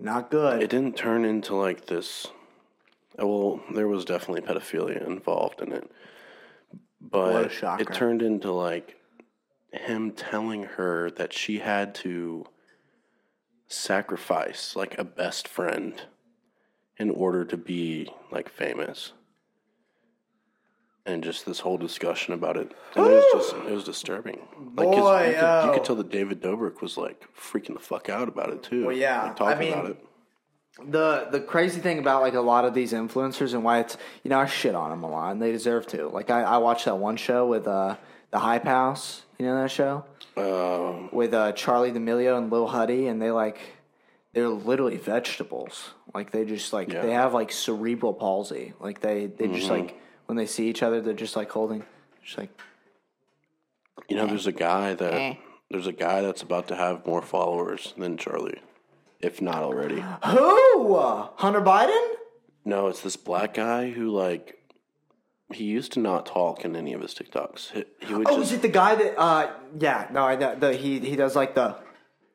not good.
it didn't turn into like this. uh, Well, there was definitely pedophilia involved in it.
What a
But
shocker.
it turned into like him telling her that she had to sacrifice like a best friend in order to be like famous. And just this whole discussion about it. And it was just it was disturbing. Like 'cause
Boy,
you, could, you
oh.
could tell that David Dobrik was like freaking the fuck out about it too.
Well, yeah.
Like, talking
I mean,
about it.
the the crazy thing about like a lot of these influencers and why it's you know I shit on them a lot and they deserve to. Like I, I watched that one show with uh the Hype House, you know that show
Um,
with uh Charlie D'Amelio and Lil Huddy, and they like they're literally vegetables. Like they just like
Yeah. Mm-hmm.
they have like cerebral palsy. Like they they just like when they see each other, they're just like holding, just like
you know, there's a guy
Eh.
that there's a guy that's about to have more followers than Charlie, if not already.
who Hunter Biden.
No, it's this black guy who like he used to not talk in any of his TikToks. He, he would
Oh,
just
is it the guy that? uh Yeah, no, I know the he he does like the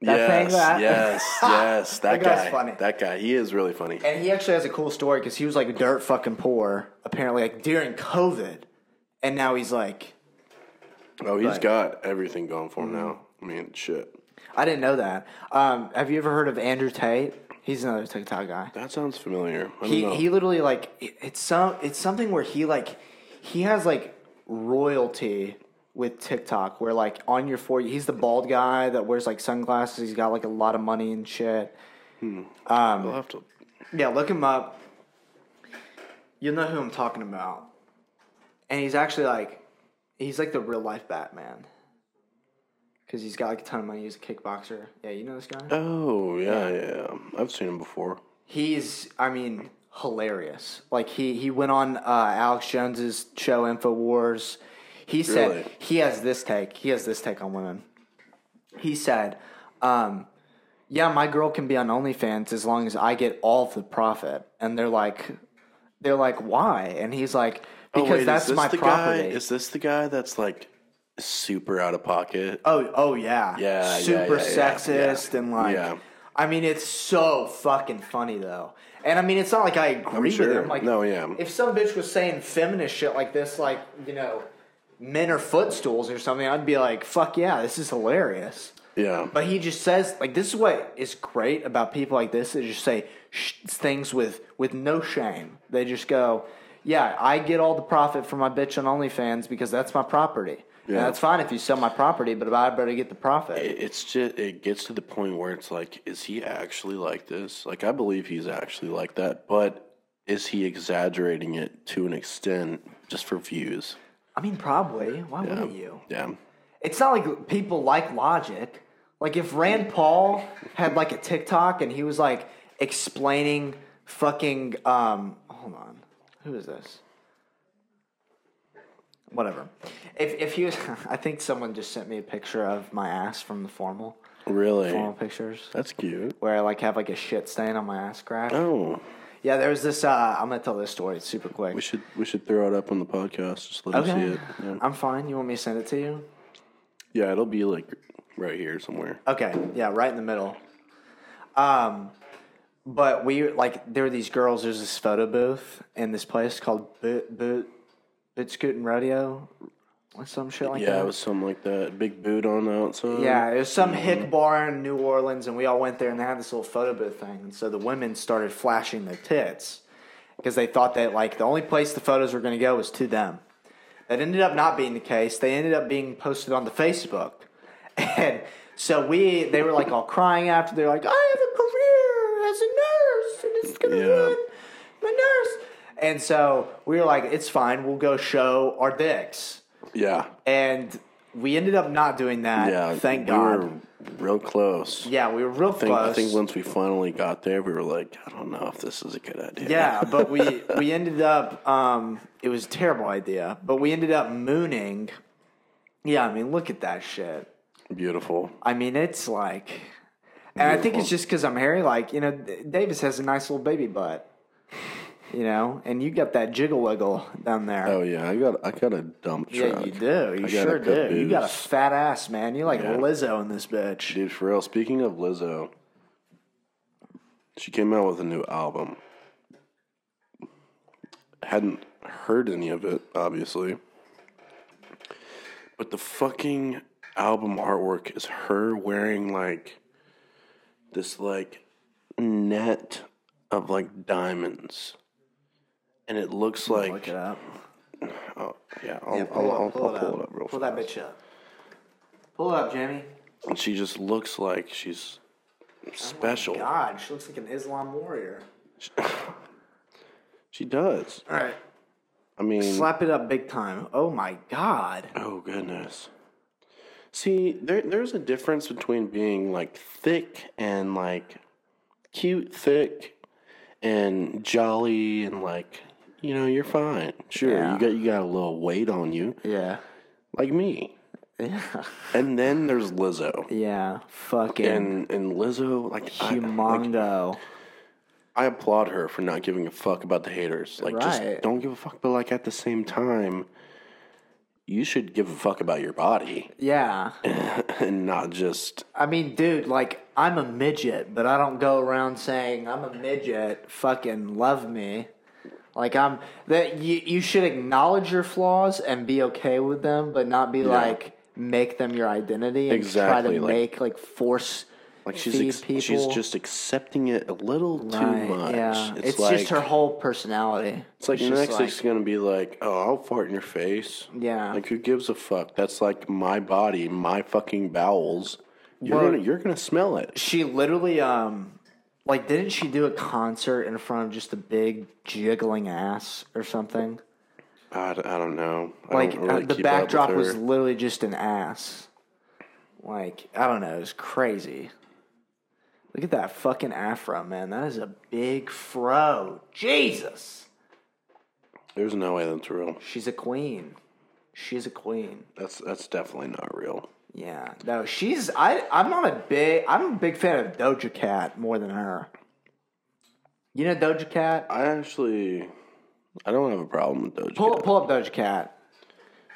That
yes,
thing that-
yes, yes, that,
That guy's
guy,
funny.
that guy, he is really funny.
And he actually has a cool story because he was like dirt fucking poor, apparently, like during COVID. And now he's like,
Oh, he's
Right.
got everything going
Mm.
for him now. I mean, shit.
I didn't know that. Um, have you ever heard of Andrew Tate? He's another TikTok guy.
That sounds familiar. I don't
He
know.
he literally like it- it's some it's something where he like he has like royalty with TikTok where like on your for you he's the bald guy that wears like sunglasses. He's got like a lot of money and shit.
I'll have to.
Yeah, look him up. You'll know who I'm talking about. And he's actually like, he's like the real life Batman. Because he's got like a ton of money. He's a kickboxer. Yeah, you know this guy?
Oh yeah, yeah. I've seen him before.
He's, I mean, hilarious. Like, he, he went on uh, Alex Jones's show, InfoWars. He said,
Really?
he has this take. He has this take on women. He said, um, yeah, my girl can be on OnlyFans as long as I get all the profit. And they're like, they're like, why? And he's like,
Oh,
because
wait,
that's
is this
my
the
property.
Guy, is this the guy that's like super out of pocket?
oh, oh yeah,
Yeah, yeah,
super
yeah, yeah,
sexist
yeah.
and like.
Yeah.
I mean, it's so fucking funny though, and I mean, it's not like I agree with
sure.
him. Like,
No, yeah.
If some bitch was saying feminist shit like this, like you know, men are footstools or something, I'd be like, fuck yeah, this is hilarious.
yeah.
But he just says like this is what is great about people like this is just say sh- things with with no shame. They just go, yeah, I get all the profit from my bitch on OnlyFans because that's my property. And
Yeah.
that's fine if you sell my property, but I better get the profit.
It- it's just it gets to the point where it's like is he actually like this like i believe he's actually like that but is he exaggerating it to an extent just for views
I mean, probably. Why wouldn't you?
yeah
It's not like people like logic. Like if Rand Paul had like a TikTok and he was like explaining fucking um hold on. Who is this? Whatever. If if he was I think someone just sent me a picture of my ass from the formal
really
formal pictures
that's cute
where I like have like a shit stain on my ass crack.
oh
Yeah, there was this uh I'm gonna tell this story, it's super quick.
we should we should throw it up on the podcast just let them see
Okay.
it yeah.
I'm fine. You want me to send it to you?
yeah it'll be like right here somewhere
Okay, yeah, right in the middle. Um, but we like there were these girls. There's this photo booth in this place called Boot Boot Boot Scoot and Rodeo, or some shit like
yeah
that.
it was something like that big boot on the outside
yeah, it was some hick bar in New Orleans, and we all went there, and they had this little photo booth thing. And so the women started flashing their tits because they thought that like the only place the photos were going to go was to them. That ended up not being the case. They ended up being posted on the Facebook, and so we they were like all crying after. They're like, I have a career as a nurse, and it's gonna
Yeah.
ruin my nurse. And so we were like, it's fine. We'll go show our dicks,
yeah
and we ended up not doing that.
yeah
thank
we
God.
were real close
Yeah, we were real
I think, I
close.
think once we finally got there, we were like, I don't know if this is a good idea.
yeah, but we we ended up. Um, it was a terrible idea, but we ended up mooning. Yeah, I mean, look at that shit.
Beautiful.
I mean, it's like, and I think it's just because I'm hairy. Like, you know, D- Davis has a nice little baby butt. You know, and you got that jiggle wiggle down there.
Oh yeah, I got I got a dump truck.
yeah, you do. You
I got
sure
a
do.
good
You got a
booze.
fat ass, man. You're like Lizzo in this bitch.
Dude, for real. Speaking of Lizzo, she came out with a new album. Hadn't heard any of it, obviously. But the fucking album artwork is her wearing like this like net of like diamonds. And it looks like
Look it up.
Oh, yeah, I'll,
Pull
I'll,
it up,
I'll,
pull
I'll
it
pull
up.
it up real
Pull
fast.
that bitch up. Pull it up, Jamie.
And she just looks like she's special.
Oh God, she looks like an Islam warrior.
she does.
All right.
I mean,
Slap it up big time. Oh my God.
oh goodness. See, there, there's a difference between being like thick and like cute, thick and jolly, and like you know you're fine. Sure,
Yeah.
you got you got a little weight on you,
Yeah.
like me.
Yeah.
And then there's Lizzo,
Yeah. Fucking
and and Lizzo like I- like,
humongo.
I applaud her for not giving a fuck about the haters. Like,
Right.
just don't give a fuck. But like at the same time, you should give a fuck about your body
Yeah.
and not just
I mean, dude, like I'm a midget, but I don't go around saying I'm a midget. Fucking love me. Like I'm that you you should acknowledge your flaws and be okay with them, but not be like make them your identity and try
Exactly,
to
like-
make like force
like she's
feed
ex-
people.
she's just accepting it a little too
Right,
much.
Yeah,
It's,
it's,
like,
just her whole personality.
It's like
just
next it's gonna be like, oh, I'll fart in your face.
Yeah.
Like who gives a fuck? That's like my body, my fucking bowels. You're
Well-
gonna you're gonna smell it.
she literally um like didn't she do a concert in front of just a big jiggling ass or something
I, d- I don't know. I
like
don't really
uh, the
keep up with
backdrop was
her.
literally just an ass like i don't know it was crazy look at that fucking afro man that is a big fro jesus
There's no way that's real.
she's a queen she's a queen
That's that's definitely not real.
yeah no she's i i'm not a big i'm a big fan of doja cat more than her you know doja cat
I actually I don't have a problem with Doja
Pull,
Cat.
pull up Doja Cat.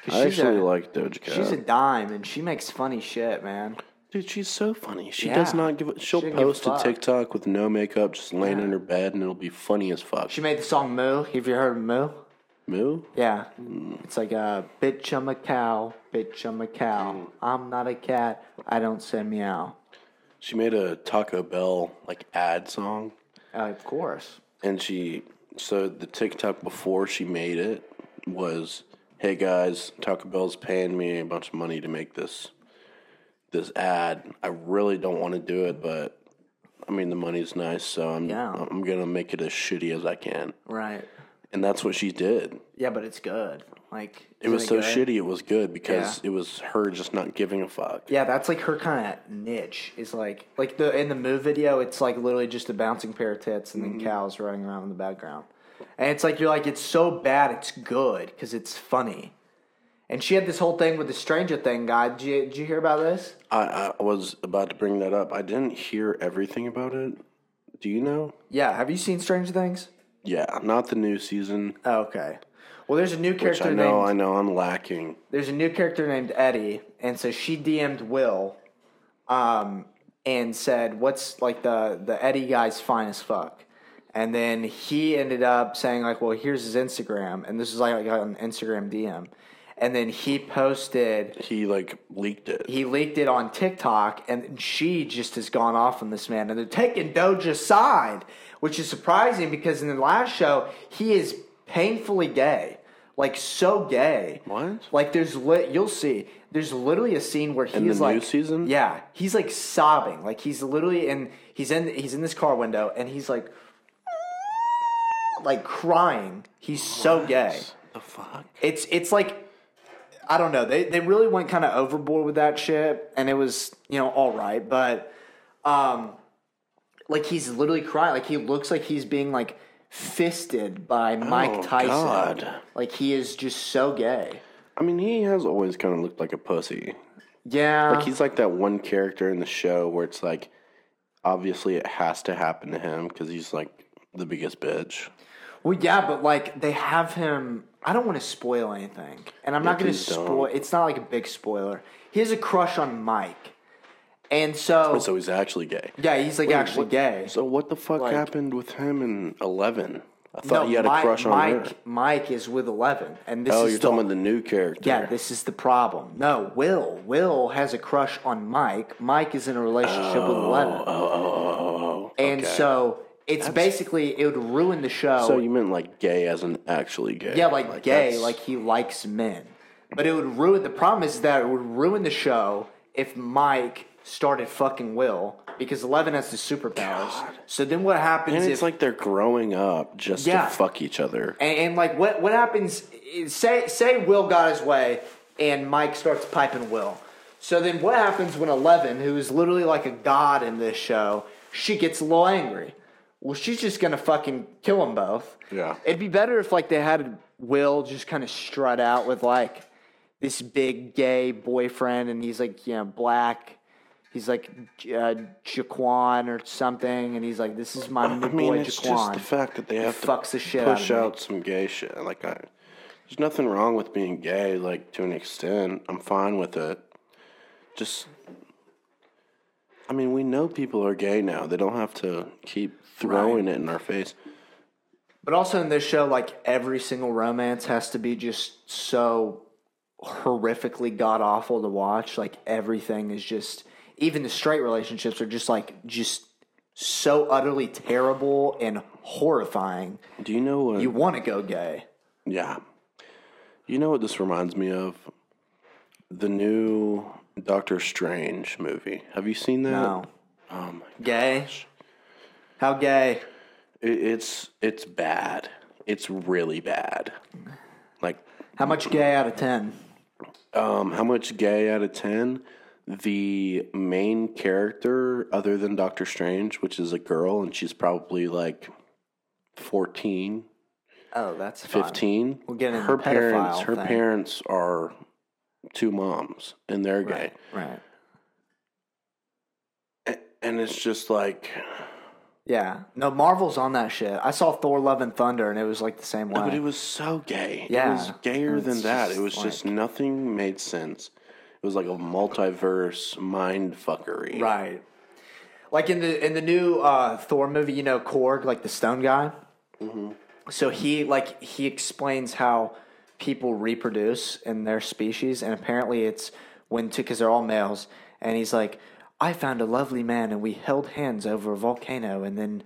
'Cause
I
she's
actually
a,
like Doja Cat.
She's a dime, and she makes funny shit, man.
Dude, she's so funny. She
Yeah.
does not give a she'll
She doesn't give a
post a
fuck.
TikTok with no makeup, just laying in her bed and it'll be funny as fuck.
She made the song "Moo." Have you heard of "Moo"?
Moo?
Yeah,
Mm.
it's like a bitch. I'm a cow. Bitch, I'm a
Mm.
cow. I'm not a cat. I don't say meow.
She made a Taco Bell like ad song,
Uh, of course.
and she so the TikTok before she made it was, "Hey guys, Taco Bell's paying me a bunch of money to make this this ad. I really don't want to do it, but I mean the money's nice, so I'm
Yeah.
I'm gonna make it as shitty as I can."
Right.
And that's what she did.
Yeah, but it's good. Like
It was so
good?
shitty. It was good because it was her just not giving a fuck.
Yeah, that's like her kind of niche. Is like like the in the move video, it's like literally just a bouncing pair of tits and then
Mm-hmm.
cows running around in the background, and it's like you're like it's so bad it's good because it's funny. And she had this whole thing with the Stranger Thing guy. Did you, did you hear about this?
I, I was about to bring that up. I didn't hear everything about it. Do you know?
Yeah, have you seen Stranger Things?
Yeah, not the new season.
Oh, okay. Well, there's a new
Which
character
I know,
named
I know, I'm lacking.
there's a new character named Eddie, and so she DM'd Will, um, and said, "What's like the the Eddie guy's fine as fuck?" And then he ended up saying like, "Well, here's his Instagram," and this is like, like an Instagram DM, and then he posted.
He like leaked it.
He leaked it on TikTok, and she just has gone off on this man. And they're taking Doja's side, which is surprising because in the last show, he is painfully gay. Like, so gay.
What?
Like there's lit. You'll see. There's literally a scene where
the
he's
new
like,
season?
yeah, he's like sobbing. Like he's literally in. He's in. He's in this car window, and he's like, like crying. He's so gay.
The fuck?
It's it's like, I don't know. They they really went kind of overboard with that shit, and it was you know all right, but um, like he's literally crying. Like he looks like he's being like fisted by Mike
Oh,
Tyson.
God.
Like he is just so gay.
I mean, he has always kind of looked like a pussy.
Yeah.
Like he's like that one character in the show where it's like, obviously it has to happen to him because he's like the biggest bitch.
Well, yeah, but like they have him. I don't want to spoil anything, and I'm not going to
please don't.
spoil. It's not like a big spoiler. He has a crush on Mike, and so
So he's actually gay.
yeah, he's like actually gay.
So what the fuck happened with him in Eleven? I thought he had a
Mi-
crush on
Mike.
her.
Mike is with Eleven, and this
Oh,
is
you're
the,
talking about the new character.
yeah, this is the problem. No, Will. Will has a crush on Mike. Mike is in a relationship with Eleven,
Oh, oh, oh, oh, oh.
and
okay.
so it's basically it would ruin the show.
So you meant like gay as in actually gay?
Yeah, like, gay,
that's-
like he likes men. But it would ruin the problem is that it would ruin the show if Mike started fucking Will because Eleven has the superpowers. So then what happens
And
if
it's like they're growing up just
Yeah.
to fuck each other.
and, and like what what happens is- say say Will got his way and Mike starts piping Will. So then what happens when Eleven, who is literally like a god in this show, she gets a little angry. Well, she's just gonna fucking kill them both.
Yeah.
It'd be better if like they had Will just kind of strut out with like this big gay boyfriend, and he's like, you know, black. He's like uh, Jaquan or something, and he's like, "This is my new
I mean,
boy
it's
Jaquan."
just the fact that they have to
fucks the shit out
push
of me.
out some gay shit. Like I, There's nothing wrong with being gay, like to an extent. I'm fine with it. Just, I mean, we know people are gay now. They don't have to keep throwing it in our face.
But also in this show, like every single romance has to be just so horrifically god awful to watch. Like everything is just, even the straight relationships are just like just so utterly terrible and horrifying.
Do you know what?
You want to go gay.
yeah. You know what this reminds me of? The new Doctor Strange movie. Have you seen that?
No,
Oh my
gay. How gay?
It, it's it's bad. It's really bad. Like,
How much gay out of ten?
um, how much gay out of ten? The main character, other than Doctor Strange, which is a girl, and she's probably like 14,
Oh, that's fine.
15.
We'll get into
her
the pedophile
parents, her
thing.
parents are two moms, and they're gay.
Right.
A- And it's just like
Yeah. No, Marvel's on that shit. I saw Thor: Love and Thunder, and it was like the same way.
No, but it was so gay. It
Yeah.
was gayer
It's
than that.
just
It was just nothing made sense. It was like a multiverse mind fuckery.
Right. Like in the in the new uh, Thor movie, you know Korg, like the stone guy.
Mm-hmm.
So he like he explains how people reproduce in their species, and apparently it's when two because they're all males. And he's like, I found a lovely man, and we held hands over a volcano, and then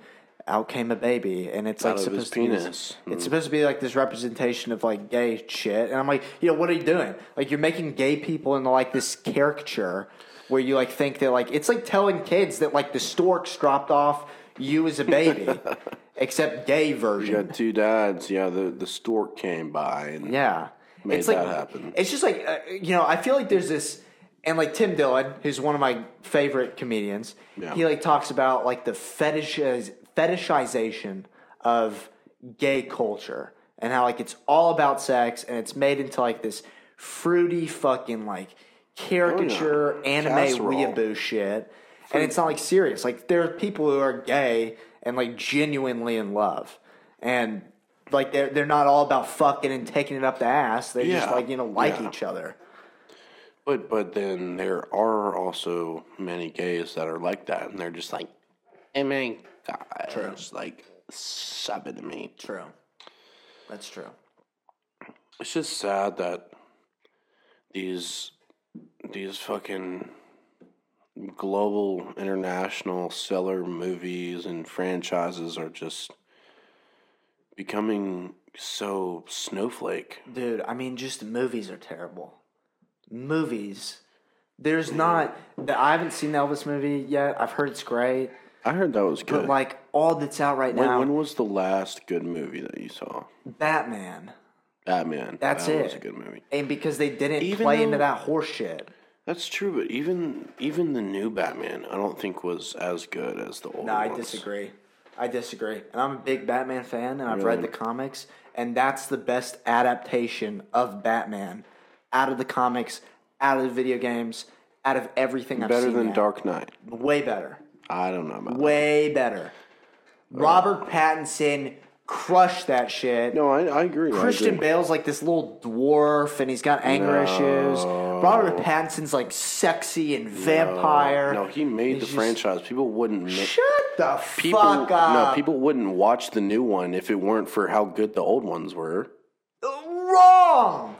out came a baby, and it's like
of his
supposed to be this-
penis.
it's supposed to be like this representation of like gay shit, and I'm like, yo, what are you doing? Like you're making gay people into like this caricature where you like think that like it's like telling kids that like the storks dropped off you as a baby, except gay version.
You got two dads. Yeah, the, the stork came by and
Yeah,
Made
it's like,
that happen.
It's just like uh, you know, I feel like there's this, and like Tim Dillon, who's one of my favorite comedians,
Yeah.
he like talks about like the fetishiz- fetishization of gay culture and how like it's all about sex and it's made into like this fruity fucking like
Oh,
caricature anime
Casserole.
weeaboo shit, and it's not like serious. Like there are people who are gay and like genuinely in love, and like they're they're not all about fucking and taking it up the ass. They just
Yeah.
like you know like
Yeah.
each other.
But but then there are also many gays that are like that, and they're just like, "Hey man, guys, like sub it to me."
True, that's true.
It's just sad that these these fucking global international seller movies and franchises are just becoming so snowflake.
Dude, I mean, just movies are terrible. Movies. There's not. I haven't seen the Elvis movie yet. I've heard it's great,
I heard that was
but
good.
like all that's out right
when,
now,
when was the last good movie that you saw?
Batman.
Batman.
That's
that was
it.
a good movie.
And because they didn't
Even
play
though-
into that horse shit.
That's true, but even even the new Batman, I don't think was as good as the old.
No, I
ones.
disagree. I disagree. And I'm a big Batman fan, and I've read
Really?
the comics, and that's the best adaptation of Batman out of the comics, out of the video games, out of everything I've
Better
seen.
than
now.
Dark Knight.
Way better.
I don't know about that.
Way better. Robert Pattinson crushed that shit.
No, I, I agree. I
Christian
agree.
Bale's like this little dwarf, and he's got anger issues. Robert Pattinson's like sexy and vampire.
No, he made the
just-
franchise. People wouldn't make
Shut the
people.
fuck up.
No, people wouldn't watch the new one if it weren't for how good the old ones were.
Wrong!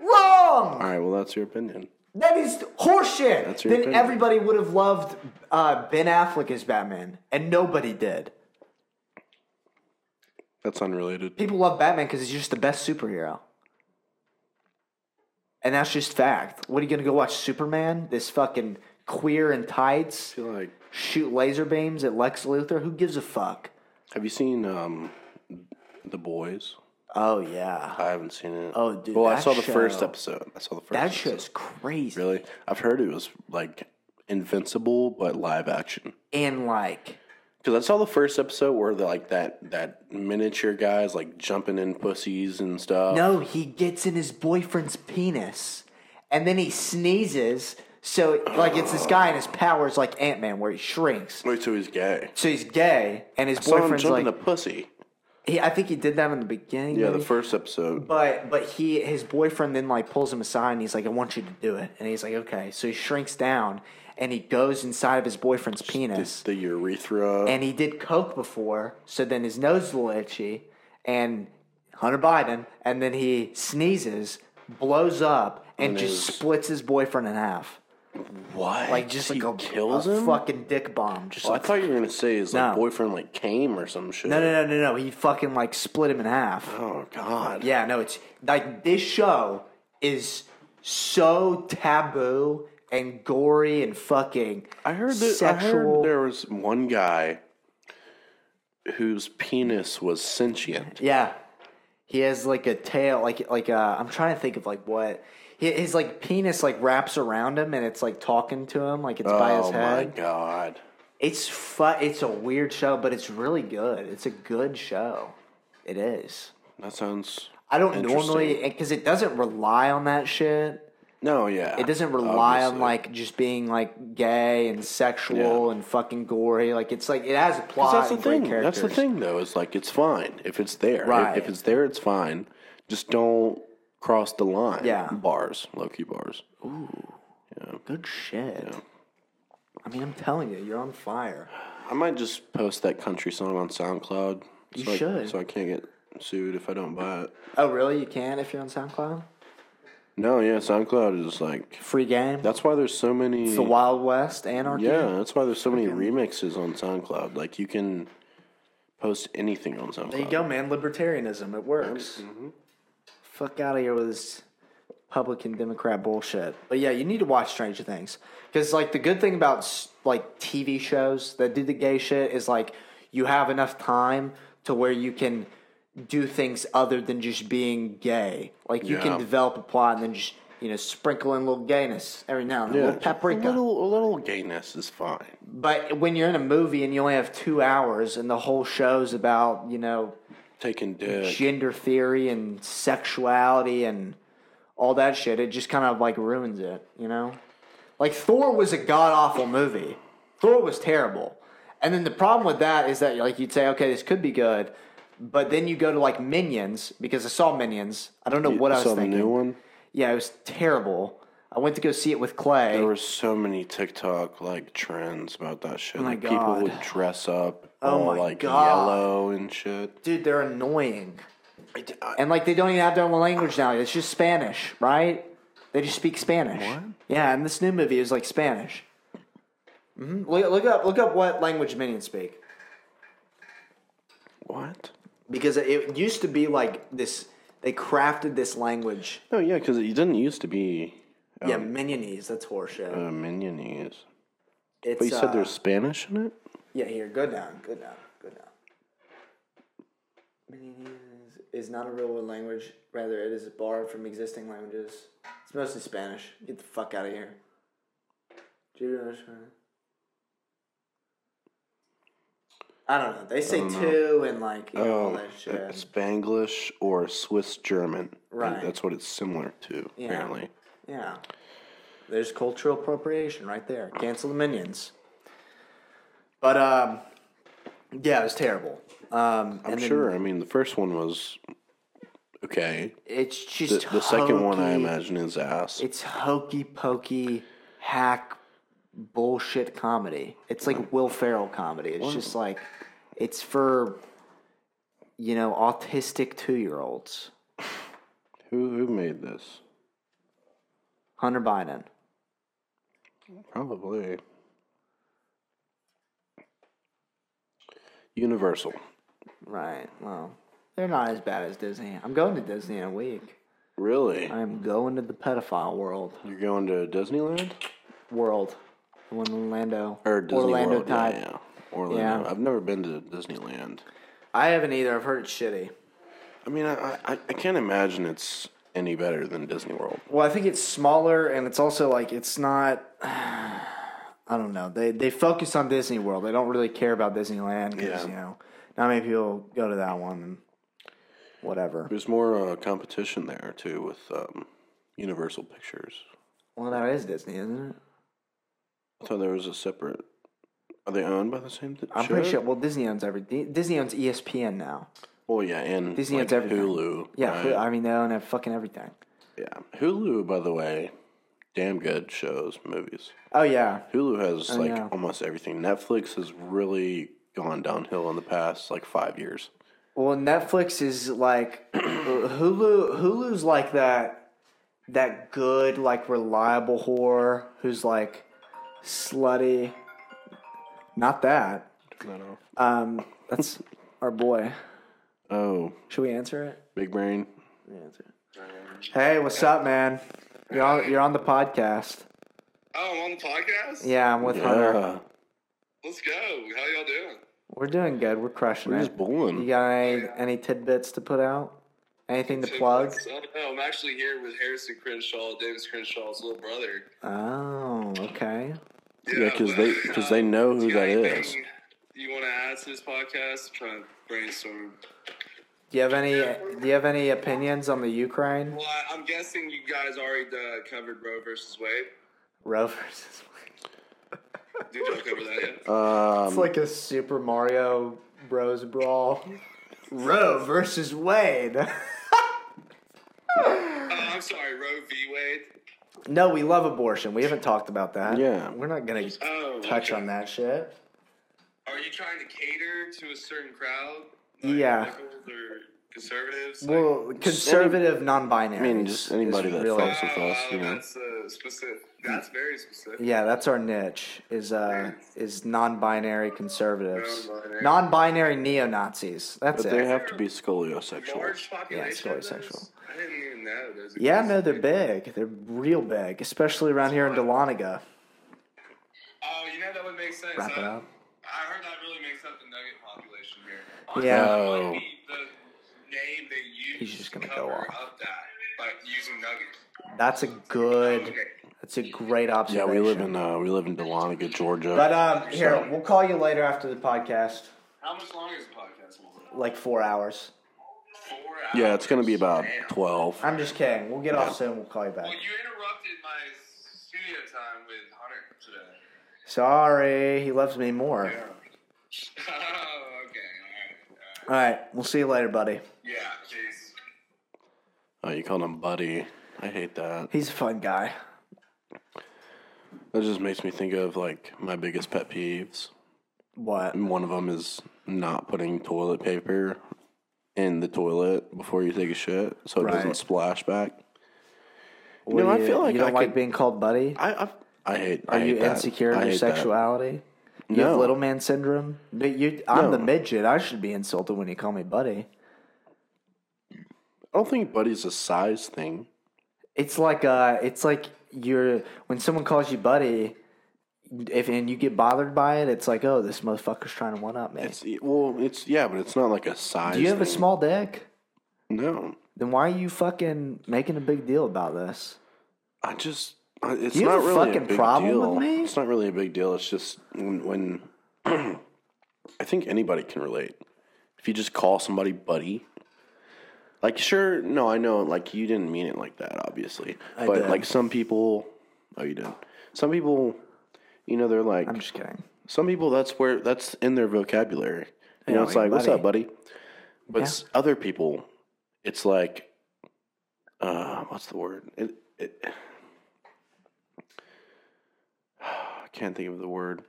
Wrong!
All right, well, that's your opinion.
That is horseshit.
That's your
then
opinion.
everybody would have loved uh, Ben Affleck as Batman, and nobody did.
That's unrelated.
People love Batman because he's just the best superhero. And that's just fact. What are you going to go watch Superman? This fucking queer in tights,
Like,
shoot laser beams at Lex Luthor? Who gives a fuck?
have you seen um, the boys?
Oh, yeah.
I haven't seen it.
Oh, dude,
Well, I
that
saw the first
show-
episode. I saw the first.
That
episode.
shit's crazy.
Really? I've heard it was like invincible, but live action.
And like.
Because I saw the first episode where the, like that that miniature guy's like jumping in pussies and stuff.
No, he gets in his boyfriend's penis, and then he sneezes. So like it's this guy and his powers like Ant Man, where he shrinks.
Wait, so he's gay.
So he's gay, and his
Saw him
boyfriend's
jumping
like,
a pussy.
He, I think he did that in the beginning.
Yeah, the
maybe.
first episode.
But but he his boyfriend then like pulls him aside and he's like, I want you to do it. And he's like, Okay. So he shrinks down and he goes inside of his boyfriend's
It's
penis.
the urethra.
And he did coke before, so then his nose is a little itchy and Hunter Biden, and then he sneezes, blows up, and,
And
just
his-
splits his boyfriend in half.
what?
Like just
he
like a,
kills
a
him.
fucking dick bomb. Just
I
like,
thought you were gonna say his like
No.
boyfriend like came or some shit.
no, no, no, no, no. He fucking like split him in half.
Oh god.
Yeah, no, it's like this show is so taboo and gory and fucking.
I heard that. I
Sexual-
heard there was one guy whose penis was sentient.
Yeah, he has like a tail, like like uh, I'm trying to think of like what Hi- his like penis like wraps around him and it's like talking to him like it's by his
Oh my
head.
god.
It's fu- It's a weird show, but it's really good. It's a good show. It is.
That sounds.
I don't
Interesting.
normally because it doesn't rely on that shit.
No, yeah. Um,
It doesn't rely on
obviously.
like just being like gay and sexual
Yeah.
and fucking gory. Like it's like it has a plot.
That's the
and great
thing. That's the
characters.
thing, though. Is like it's fine if it's there.
Right.
If, if it's there, it's fine. Just don't cross the line.
Yeah.
Bars, low key bars.
Good shit. I mean, I'm telling you, you're on fire.
I might just post that country song on SoundCloud.
You
so I-
should.
so I can't get sued if I don't buy it.
Oh, really? You can if you're on SoundCloud.
No, yeah, SoundCloud is like
Free game.
that's why there's so many.
the Wild West anarchy.
yeah, that's why there's so many remixes on SoundCloud. Like you can post anything on SoundCloud.
There you go, man. Libertarianism. It works.
Mm-hmm.
Fuck out of here with this Republican Democrat bullshit. But yeah, you need to watch Stranger Things because like the good thing about s- like TV shows that do the gay shit is like you have enough time to where you can do things other than just being gay. Like you
Yeah.
can develop a plot and then just you know sprinkle in a little gayness every now and then, a
Yeah,
little paprika.
A little, a little gayness is fine.
But when you're in a movie and you only have two hours and the whole show's about you know
Taking dick.
gender theory and sexuality and all that shit. It just kind of like ruins it, you know? Like Thor was a god awful movie. Thor was terrible. And then the problem with that is that like you'd say, okay, this could be good, but then you go to like Minions because I saw Minions. I don't know what I was
Saw the
thinking.
new one.
Yeah, it was terrible. I went to go see it with Clay.
There were so many TikTok like trends about that shit.
my
like people
God.
would dress up all
my
like
God.
yellow and shit.
Dude, they're annoying. And like they don't even have their own language now. It's just Spanish, right? They just speak Spanish. Yeah, and this new movie is like Spanish. hmm Look, look up, look up what language minions speak
what?
because it, it used to be like this. They crafted this language.
No, yeah, because it didn't used to be
yeah, minionese. That's horseshit.
Oh. uh, Minionese.
it's,
But you
uh,
said there's Spanish in it.
Yeah, here, go down, go down, go down. Minionese is not a real world language. Rather, it is borrowed from existing languages. It's mostly Spanish. Get the fuck out of here. I don't know. They say two and like you know, all
Oh,
that shit.
uh, Spanglish or Swiss German.
Right.
That's what it's similar to. Apparently,
Yeah. There's cultural appropriation right there. Cancel the minions. But um, yeah, it was terrible. Um,
I'm sure. I mean, the first one was okay.
It's just
The, the second one, I
hokey-
imagine, is ass.
It's hokey pokey hack bullshit comedy. It's like Will Ferrell comedy. It's just like it's for you know autistic two year olds.
who who made this?
Hunter Biden.
Probably. Universal.
Right. Well, they're not as bad as Disney. I'm going to Disney in a week.
Really?
I'm going to the pedophile world.
You're going to Disneyland
World. The one in Orlando.
or Disney
Orlando
World? Yeah,
Tide.
yeah. Orlando.
Yeah.
I've never been to Disneyland.
I haven't either. I've heard it's shitty.
I mean, I, I I can't imagine it's any better than Disney World.
Well, I think it's smaller, and it's also like it's not. I don't know. They they focus on Disney World. They don't really care about Disneyland because
Yeah.
you know not many people go to that one and whatever.
There's more uh, competition there too with um, Universal Pictures.
Well, that is Disney, isn't it?
I thought there was a separate. Are they owned by the same? Th-
E I'm pretty sure. Well, Disney owns every Di- Disney owns ESPN now.
Well, yeah, and
Disney
like,
owns everything.
Hulu.
Yeah,
right?
Hulu- I mean they own that fucking everything.
yeah. Hulu, by the way, damn good shows, movies.
Oh yeah,
Hulu has
I
like
know.
almost everything. Netflix has really gone downhill in the past like five years.
Well, Netflix is like Hulu. Hulu's like that that good, like reliable whore who's like slutty. Not that. Um, that's our boy.
Oh,
Should we answer it?
big brain.
Hey, what's up, man? You're on, you're on the podcast.
Oh, I'm on the podcast?
Yeah, I'm with Hunter.
Yeah,
Let's go. How y'all doing?
We're doing good. We're crushing
we're
it.
just bowling.
You got any any tidbits to put out? Anything to plug?
Oh, no, I'm actually here with Harrison Crenshaw, Davis Crenshaw's little brother.
Oh, okay.
Yeah, 'cause they- 'cause they know who
you got
that is.
anything You want to add to this podcast? I'm trying to brainstorm.
Do you have any Do you have any opinions on the Ukraine?
Well, I, I'm guessing you guys already uh, covered Roe versus Wade.
Roe versus Wade.
Did y'all cover that yet?
Um,
It's like a Super Mario Bros. brawl. Roe versus Wade.
Oh, I'm sorry, Roe v. Wade.
no, we love abortion. We haven't talked about that.
Yeah.
We're not going to
Oh,
touch
okay.
on that shit.
Are you trying to cater to a certain crowd?
Yeah.
liberals Or conservatives? Like-
Well, conservative non binary.
I mean, just anybody that fucks with us, you know.
That's uh, specific. That's very specific.
Yeah, that's our niche is uh is non-binary conservatives,
Non-binary.
non-binary neo Nazis. That's
But
it.
they have to be scoliosexual.
Large population.
Yeah, it's
of those?
homosexual.
I didn't even know. Those
Yeah, no,
exist.
they're big. They're real big, especially around here in Dahlonega.
Oh, you know that would make sense.
Wrap it
I-
up.
I heard that really makes up the nugget population here.
Yeah.
That
Oh.
might be the name they use.
He's just gonna
to
go off.
cover up that, like using nuggets.
That's a good. That's a great
Yeah,
observation.
we live in uh, we live in Dahlonega, Georgia.
But um, here we'll call you later after the podcast,
How much longer is the podcast? Will
like four hours.
Four hours.
yeah, it's gonna be about
Damn.
twelve.
I'm just kidding. We'll get off soon. We'll call you
Well,
back.
you interrupted my studio time with Hunter today.
Sorry, he loves me more.
Yeah. oh, okay. All right. All right.
All right, we'll see you later, buddy.
Yeah. Jeez.
Oh, you called him buddy. I hate that.
He's a fun guy.
That just makes me think of like my biggest pet peeves.
What?
And one of them is not putting toilet paper in the toilet before you take a shit, so it doesn't
Right.
splash back. You
Well,
know, I feel like
you don't
I
like
could-
being called buddy.
I I've, I hate. I
Are you
hate that.
insecure
I
in your
hate that.
sexuality? You
No.
have little man syndrome. No, you, I'm
No.
the midget. I should be insulted when you call me buddy.
I don't think buddy's a size thing.
It's like uh, it's like you're when someone calls you buddy, if and you get bothered by it, it's like oh this motherfucker's trying to one up me.
It's well, it's yeah, but it's not like a size.
Do you have a
thing.
small dick?
No,
Then why are you fucking making a big deal about this?
I just I- it's
You
not
have a
really
fucking
a big
problem
deal.
with me?
It's not really a big deal. It's just when, when I think anybody can relate. If you just call somebody buddy, like sure, no, I know, like you didn't mean it like that, obviously,
I
but
did.
like some people, oh, you didn't. Some people, you know, they're like
I'm just kidding.
some people. That's where that's in their vocabulary. You know,
Yeah,
it's
like,
like, what's
buddy."
up, buddy? But s- other people, it's like, uh, what's the word? It, it, I can't think of the word.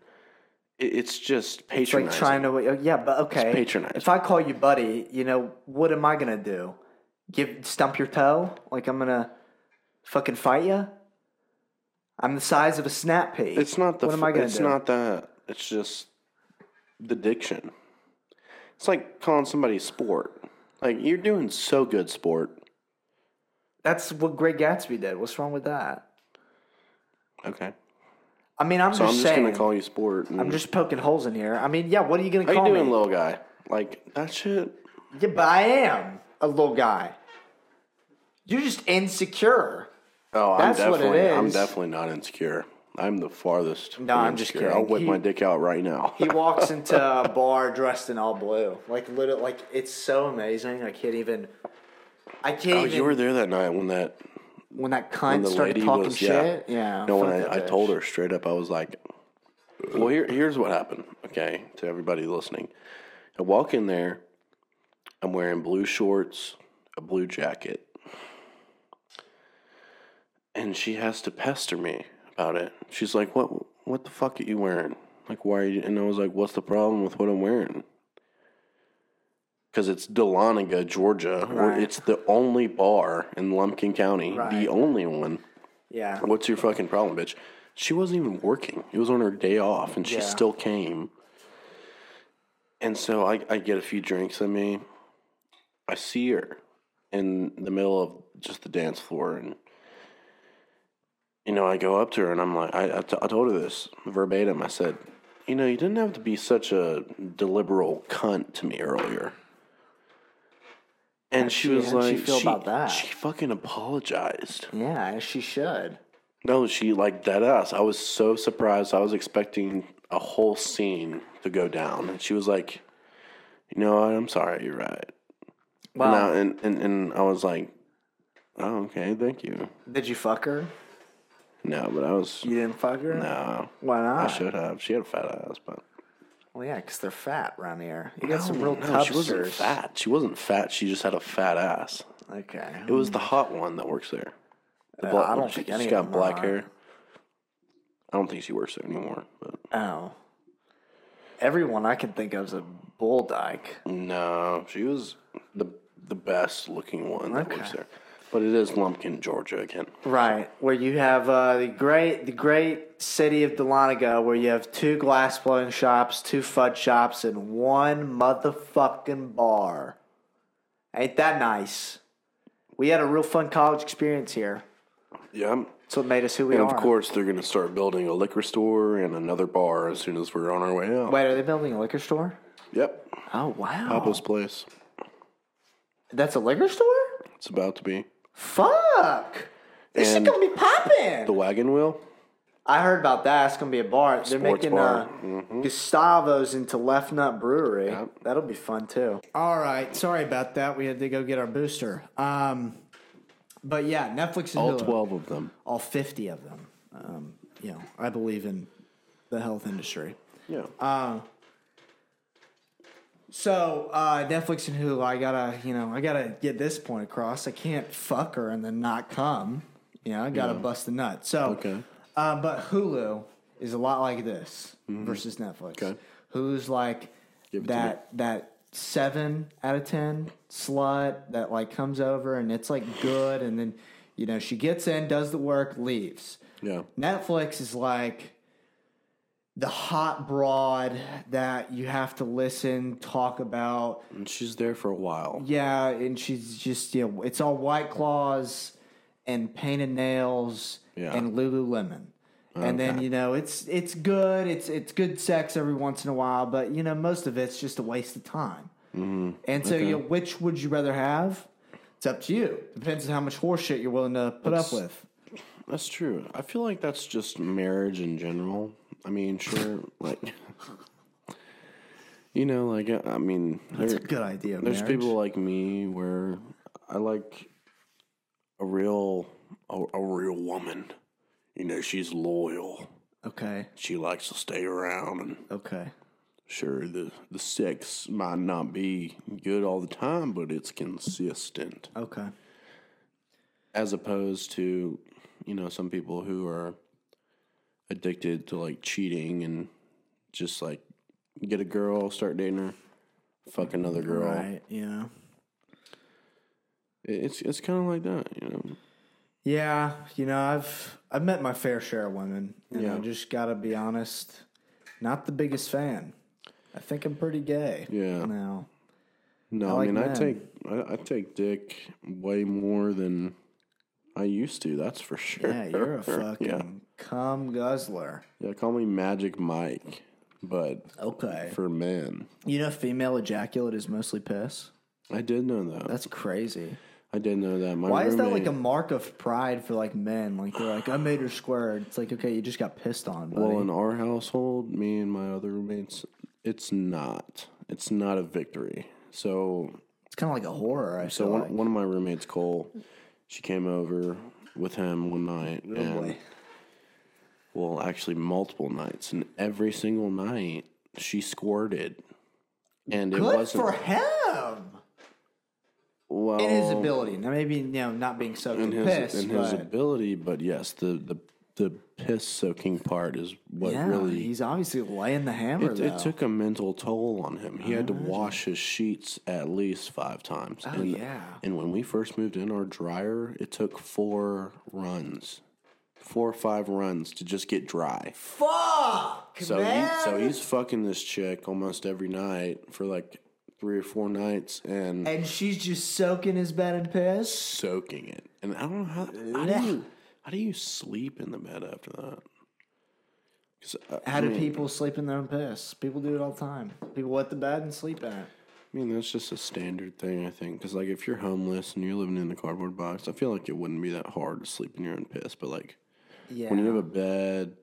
It, it's just
It's like
patronizing.
trying to uh, yeah, but okay.
patronizing.
If I call you buddy, you know what am I gonna do? Give stump your toe? Like I'm gonna fucking fight you? I'm the size of a snap pea.
It's not the.
What am I gonna
It's
do?
not that. It's just the diction. It's like calling somebody sport. Like you're doing so good, sport.
That's what Greg Gatsby did. What's wrong with that?
Okay,
I mean, I'm
so
just
I'm just
saying.
gonna call you sport. And
I'm just poking holes in here. I mean, yeah. What are you gonna
How you
call
doing,
me?
little guy? Like that shit.
yeah, but I am a little guy. You're just insecure.
Oh,
That's
I'm
what it
definitely, I'm
is.
definitely not insecure. I'm the farthest.
No,
from
I'm just
insecure.
kidding.
I'll whip
He-
my dick out right now.
He walks into a bar dressed in all blue. Like literally, like it's so amazing. I can't even. I can't.
oh,
even,
you were there that night when that
when that
when
cunt
the
started
lady
talking
was
shit.
yeah.
Yeah.
no, when
fuck
I, I
that bitch.
told her straight up, I was like, "Well, here, here's what happened." Okay, to everybody listening, I walk in there. I'm wearing blue shorts, a blue jacket. And she has to pester me about it. She's like, "What what the fuck are you wearing? Like why are you?" And I was like, "What's the problem with what I'm wearing?" Cuz it's Dahlonega, Georgia. where
Right.
It's the only bar in Lumpkin County,
Right.
the only one.
Yeah.
What's your fucking problem, bitch? She wasn't even working. It was on her day off, and she
Yeah.
still came. And so I, I get a few drinks in me. I see her in the middle of just the dance floor, and you know I go up to her and I'm like, I, I, t- I told her this verbatim. I said, you know, you didn't have to be such a deliberal cunt to me earlier. And she,
she-
was
how'd she
like,
feel about that?
She fucking apologized.
Yeah, as she should.
No, she like dead ass. I was so surprised. I was expecting a whole scene to go down, and she was like, "You know what? I'm sorry. You're right."
Wow.
And, I, and and and I was like, "Oh, okay. Thank you."
Did you fuck her?
No, but I was
You didn't fuck her?
no.
Why
I
not?
should have. She had a fat ass, but
Well, yeah, because they're fat around here. You got some
No,
real
no,
tubsters.
She wasn't fat. She wasn't fat. She just had a fat ass.
Okay.
It was the hot one that works there. The
Mm. Uh,
black,
I don't
she,
think any
She
of
got
them
black
are.
hair. I don't think she works there anymore. But
Oh. Everyone I can think of is a bull dyke.
No, she was the the best looking one that
Okay.
works there. But it is Lumpkin, Georgia again.
Right, where you have uh, the great the great city of Dahlonega, where you have two glass blowing shops, two fud shops, and one motherfucking bar. Ain't that nice? We had a real fun college experience here.
Yeah. And
That's what made us who we are.
of course they're gonna start building a liquor store and another bar as soon as we're on our way out.
Wait, are they building a liquor store?
Yep.
Oh wow,
Papa's place.
that's a liquor store.
It's about to be.
Fuck, this shit
And-
gonna be popping.
The wagon wheel?
I heard about that. It's gonna be a bar. They're
Sports
making
bar. Mm-hmm.
Uh, Gustavo's into Left Nut Brewery. That'll be fun too. All right. Sorry about that. We had to go get our booster. Um, but yeah, Netflix and
All
Hulu.
twelve of them.
all fifty of them. Um, you know, I believe in the health industry.
Yeah.
So uh, Netflix and Hulu, I gotta, you know, I gotta get this point across. I can't fuck her and then not come. You know, I gotta bust the nut. So,
Okay.
uh, but Hulu is a lot like this versus Netflix.
Okay.
Hulu's like
it to
that that seven out of ten slut that like comes over and it's like good, and then you know she gets in, does the work, leaves.
yeah.
Netflix is like the hot broad that you have to listen, talk about.
And she's there for a while.
Yeah, and she's just you know, it's all white claws and painted nails
Yeah.
and Lululemon. And then you know it's it's good it's it's good sex every once in a while but you know most of it's just a waste of time
Mm-hmm.
and so you know, which would you rather have it's up to you depends on how much horseshit you're willing to put up with
That's true. I feel like that's just marriage in general. I mean, sure, like you know, like I I mean,
it's a
there-
good idea
There's
marriage.
people like me where I like a real a, a real woman. You know, she's loyal.
okay
She likes to stay around and
okay
sure the the sex might not be good all the time, but it's consistent.
Okay.
As opposed to, you know, some people who are addicted to like cheating and just like get a girl, start dating her, fuck another girl.
Right. Yeah.
It- It's it's kind of like that, you know.
Yeah. You know, I've I've met my fair share of women, and I
Yeah.
just gotta be honest, not the biggest fan. I think I'm pretty gay.
Yeah.
Now.
No, I,
like
mean I
men.
take I, I take dick way more than I used to. That's for sure.
Yeah, you're a
yeah.
fucking cum guzzler.
yeah. Call me Magic Mike, but
Okay.
for men,
You know, female ejaculate is mostly piss.
I did know that.
That's crazy.
I did know that. My
Why is that
roommate-
like a mark of pride for like men? Like they're like, I made her squirt. It's like, okay, you just got pissed on, buddy.
well in our household? Me and my other roommates, it's not. It's not a victory. So
it's kind of like a horror. I
So
feel
one,
like.
one of my roommates, Cole, she came over with him one night, and
boy.
well, actually multiple nights, and every single night she squirted, and it
Good
wasn't
for him.
Well,
in his ability. Now, maybe you know, not being soaked in,
Oh. in his
piss,
in his
but
ability, but yes, the the the piss soaking part is what
yeah,
really
he's obviously laying the hammer.
It,
though.
it took a mental toll on him. He had to wash his sheets at least five times.
Oh,
and,
yeah.
And when we first moved in our dryer, it took four runs, four or five runs to just get dry.
Fuck,
So
man.
he, so he's fucking this chick almost every night for like three or four nights and
and she's just soaking his bed in piss.
soaking it. And I don't know how. How do you, how do you sleep in the bed after that? 'Cause, uh,
How do people sleep in their own piss? People do it all the time. People wet the bed and sleep in it.
I mean, that's just a standard thing, I think. Because, like, if you're homeless and you're living in a cardboard box, I feel like it wouldn't be that hard to sleep in your own piss. But, like,
Yeah,
when you have a bed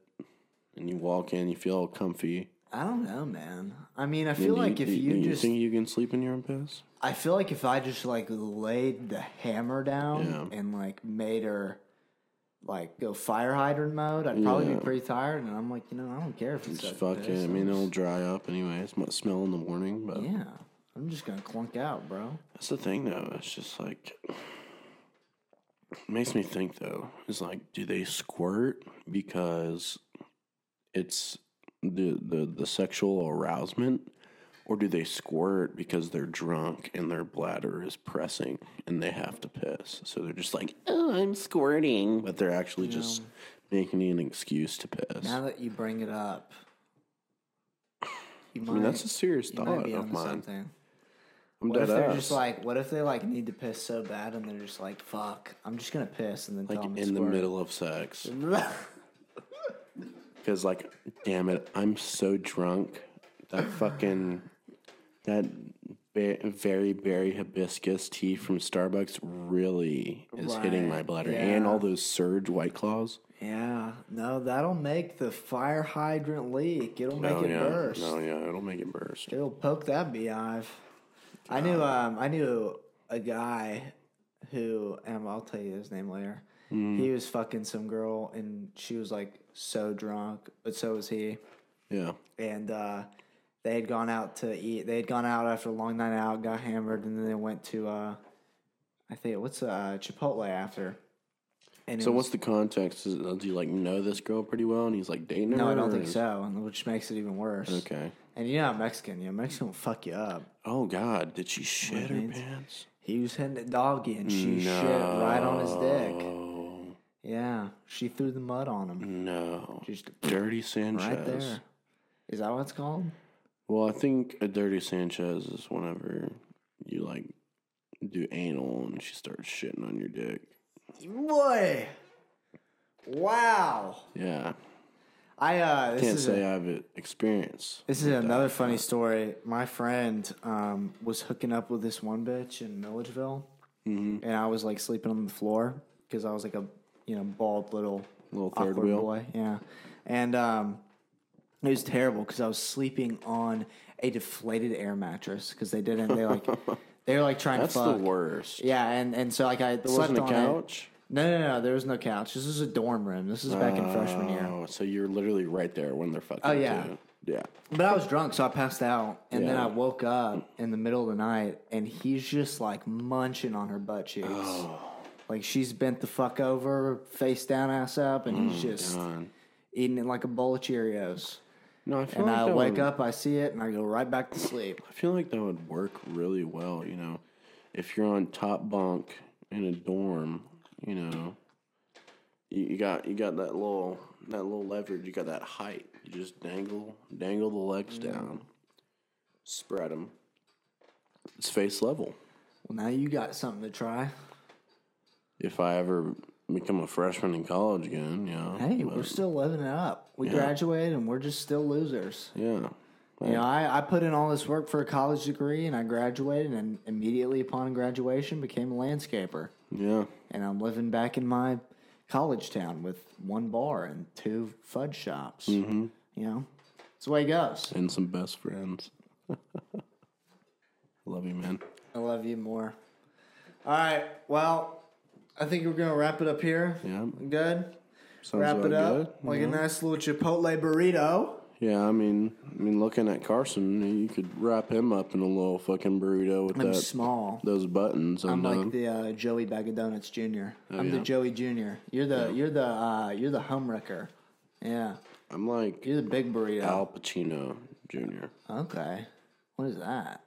and you walk in, you feel all comfy.
I don't know, man. I mean, I feel like if
do
you
do
just,
think you can sleep in your own piss?
I feel like if I just like laid the hammer down
Yeah.
and like made her like go fire hydrant mode, I'd probably
Yeah.
be pretty tired. And I'm like, you know, I don't care if it's
Just
like
fuck
this.
it. I mean, it'll dry up anyway. It might smell in the morning, but
yeah, I'm just gonna clunk out, bro.
that's the thing, though. It's just like. It makes me think, though. It's like, do they squirt because it's the, the, the sexual arousement? Or do they squirt because they're drunk and their bladder is pressing and they have to piss? So they're just like, oh, I'm squirting. But they're actually just making an excuse to piss.
Now that you bring it up, you might,
I mean, that's a serious
you might
thought
be
of
onto
mine.
something.
I'm
What if
dead
they're
ass.
just like, what if they like need to piss so bad and they're just like, fuck, I'm just gonna piss and then
like
tell them
in the middle of sex. Because, like, damn it, I'm so drunk. That fucking, that ve- very, very hibiscus tea from Starbucks really is hitting
Right,
my bladder.
yeah.
And all those surge white claws.
Yeah, no, that'll make the fire hydrant leak. It'll make
oh,
it
yeah.
burst.
No, yeah, it'll make it burst.
It'll poke that beehive. I knew, um, I knew a guy who, and I'll tell you his name later.
Mm.
He was fucking some girl, and she was like so drunk, but so was he.
Yeah.
and uh, they had gone out to eat. They had gone out after a long night out, got hammered, and then they went to uh, I think what's uh, Chipotle after. And it
So,
was-
what's the context? Is, uh, do you, like, know this girl pretty well and he's, like, dating her?
No, I don't
or
think
is-
so, and which makes it even worse.
Okay.
And you know, how Mexican, you know, Mexican will fuck you up.
Oh, God. Did she shit her pants?
He was hitting the doggy, and she shit right on his dick.
Oh,
Yeah, she threw the mud on him,
no.
just
Dirty Sanchez.
right there. Is that what it's called?
Well, I think a dirty Sanchez is whenever you like do anal and she starts shitting on your dick.
Boy, wow!
Yeah,
I uh, this
can't
is a-
say I've uh, experienced.
This is another funny story. My friend um, was hooking up with this one bitch in Milledgeville,
Mm-hmm.
and I was like sleeping on the floor because I was like a you know bald little
Little third
awkward
wheel.
boy, yeah. And um, it was terrible because I was sleeping on a deflated air mattress because they didn't they like they were like trying
That's
to fuck.
the worst.
Yeah, and and so like I slept
wasn't a
on it.
couch.
No, no, no, there was no couch. This was a dorm room. This was back in freshman year.
Oh, so you're literally right there when they're fucking.
Oh, yeah.
too. yeah.
But I was drunk, so I passed out, and then
Yeah.
I woke up in the middle of the night, and he's just like munching on her butt cheeks,
Oh.
like she's bent the fuck over, face down, ass up, and he's just
Oh, God.
eating it like a bowl of Cheerios.
No, I feel
And
like
I
that
wake
would-
up, I see it, and I go right back to sleep.
I feel like that would work really well. You know, if you're on top bunk in a dorm, you know, you, you got you got that little that little leverage. You got that height. You just dangle dangle the legs down, spread them. It's face level.
Well, now you got something to try.
If I ever become a freshman in college again, you know,
Hey,
but-
we're still living it up. We graduated, and we're just still losers.
yeah,
You know, I, I put in all this work for a college degree, and I graduated, and immediately upon graduation, became a landscaper.
yeah.
and I'm living back in my college town with one bar and two fudge shops. Mm-hmm. You know, it's the way it goes.
And some best friends. Love you, man.
I love you more. All right, well, I think we're gonna wrap it up here.
Yeah.
Good.
Sounds
wrap
all
it up
good. Mm-hmm.
like a nice little Chipotle burrito.
Yeah, I mean, I mean, looking at Carson, you could wrap him up in a little fucking burrito with
I'm
that
small.
those buttons
I'm
undone.
like the uh, Joey Bag of Donuts Jr. I'm the
Oh, yeah.
Joey Jr. You're the you're the uh, you're the homewrecker. Yeah,
I'm like
you're the big burrito.
Al Pacino Jr.
Okay, what is that?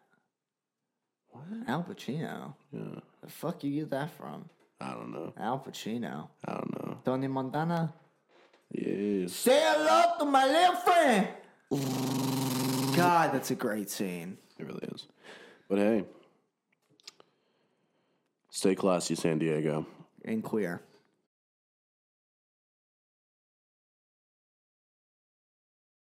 What Al Pacino?
Yeah,
The fuck you get that from?
I don't know.
Al Pacino,
I don't know.
Tony Montana.
Yes.
Say hello to my little friend. God, that's a great scene.
It really is. But hey, stay classy, San Diego.
And queer.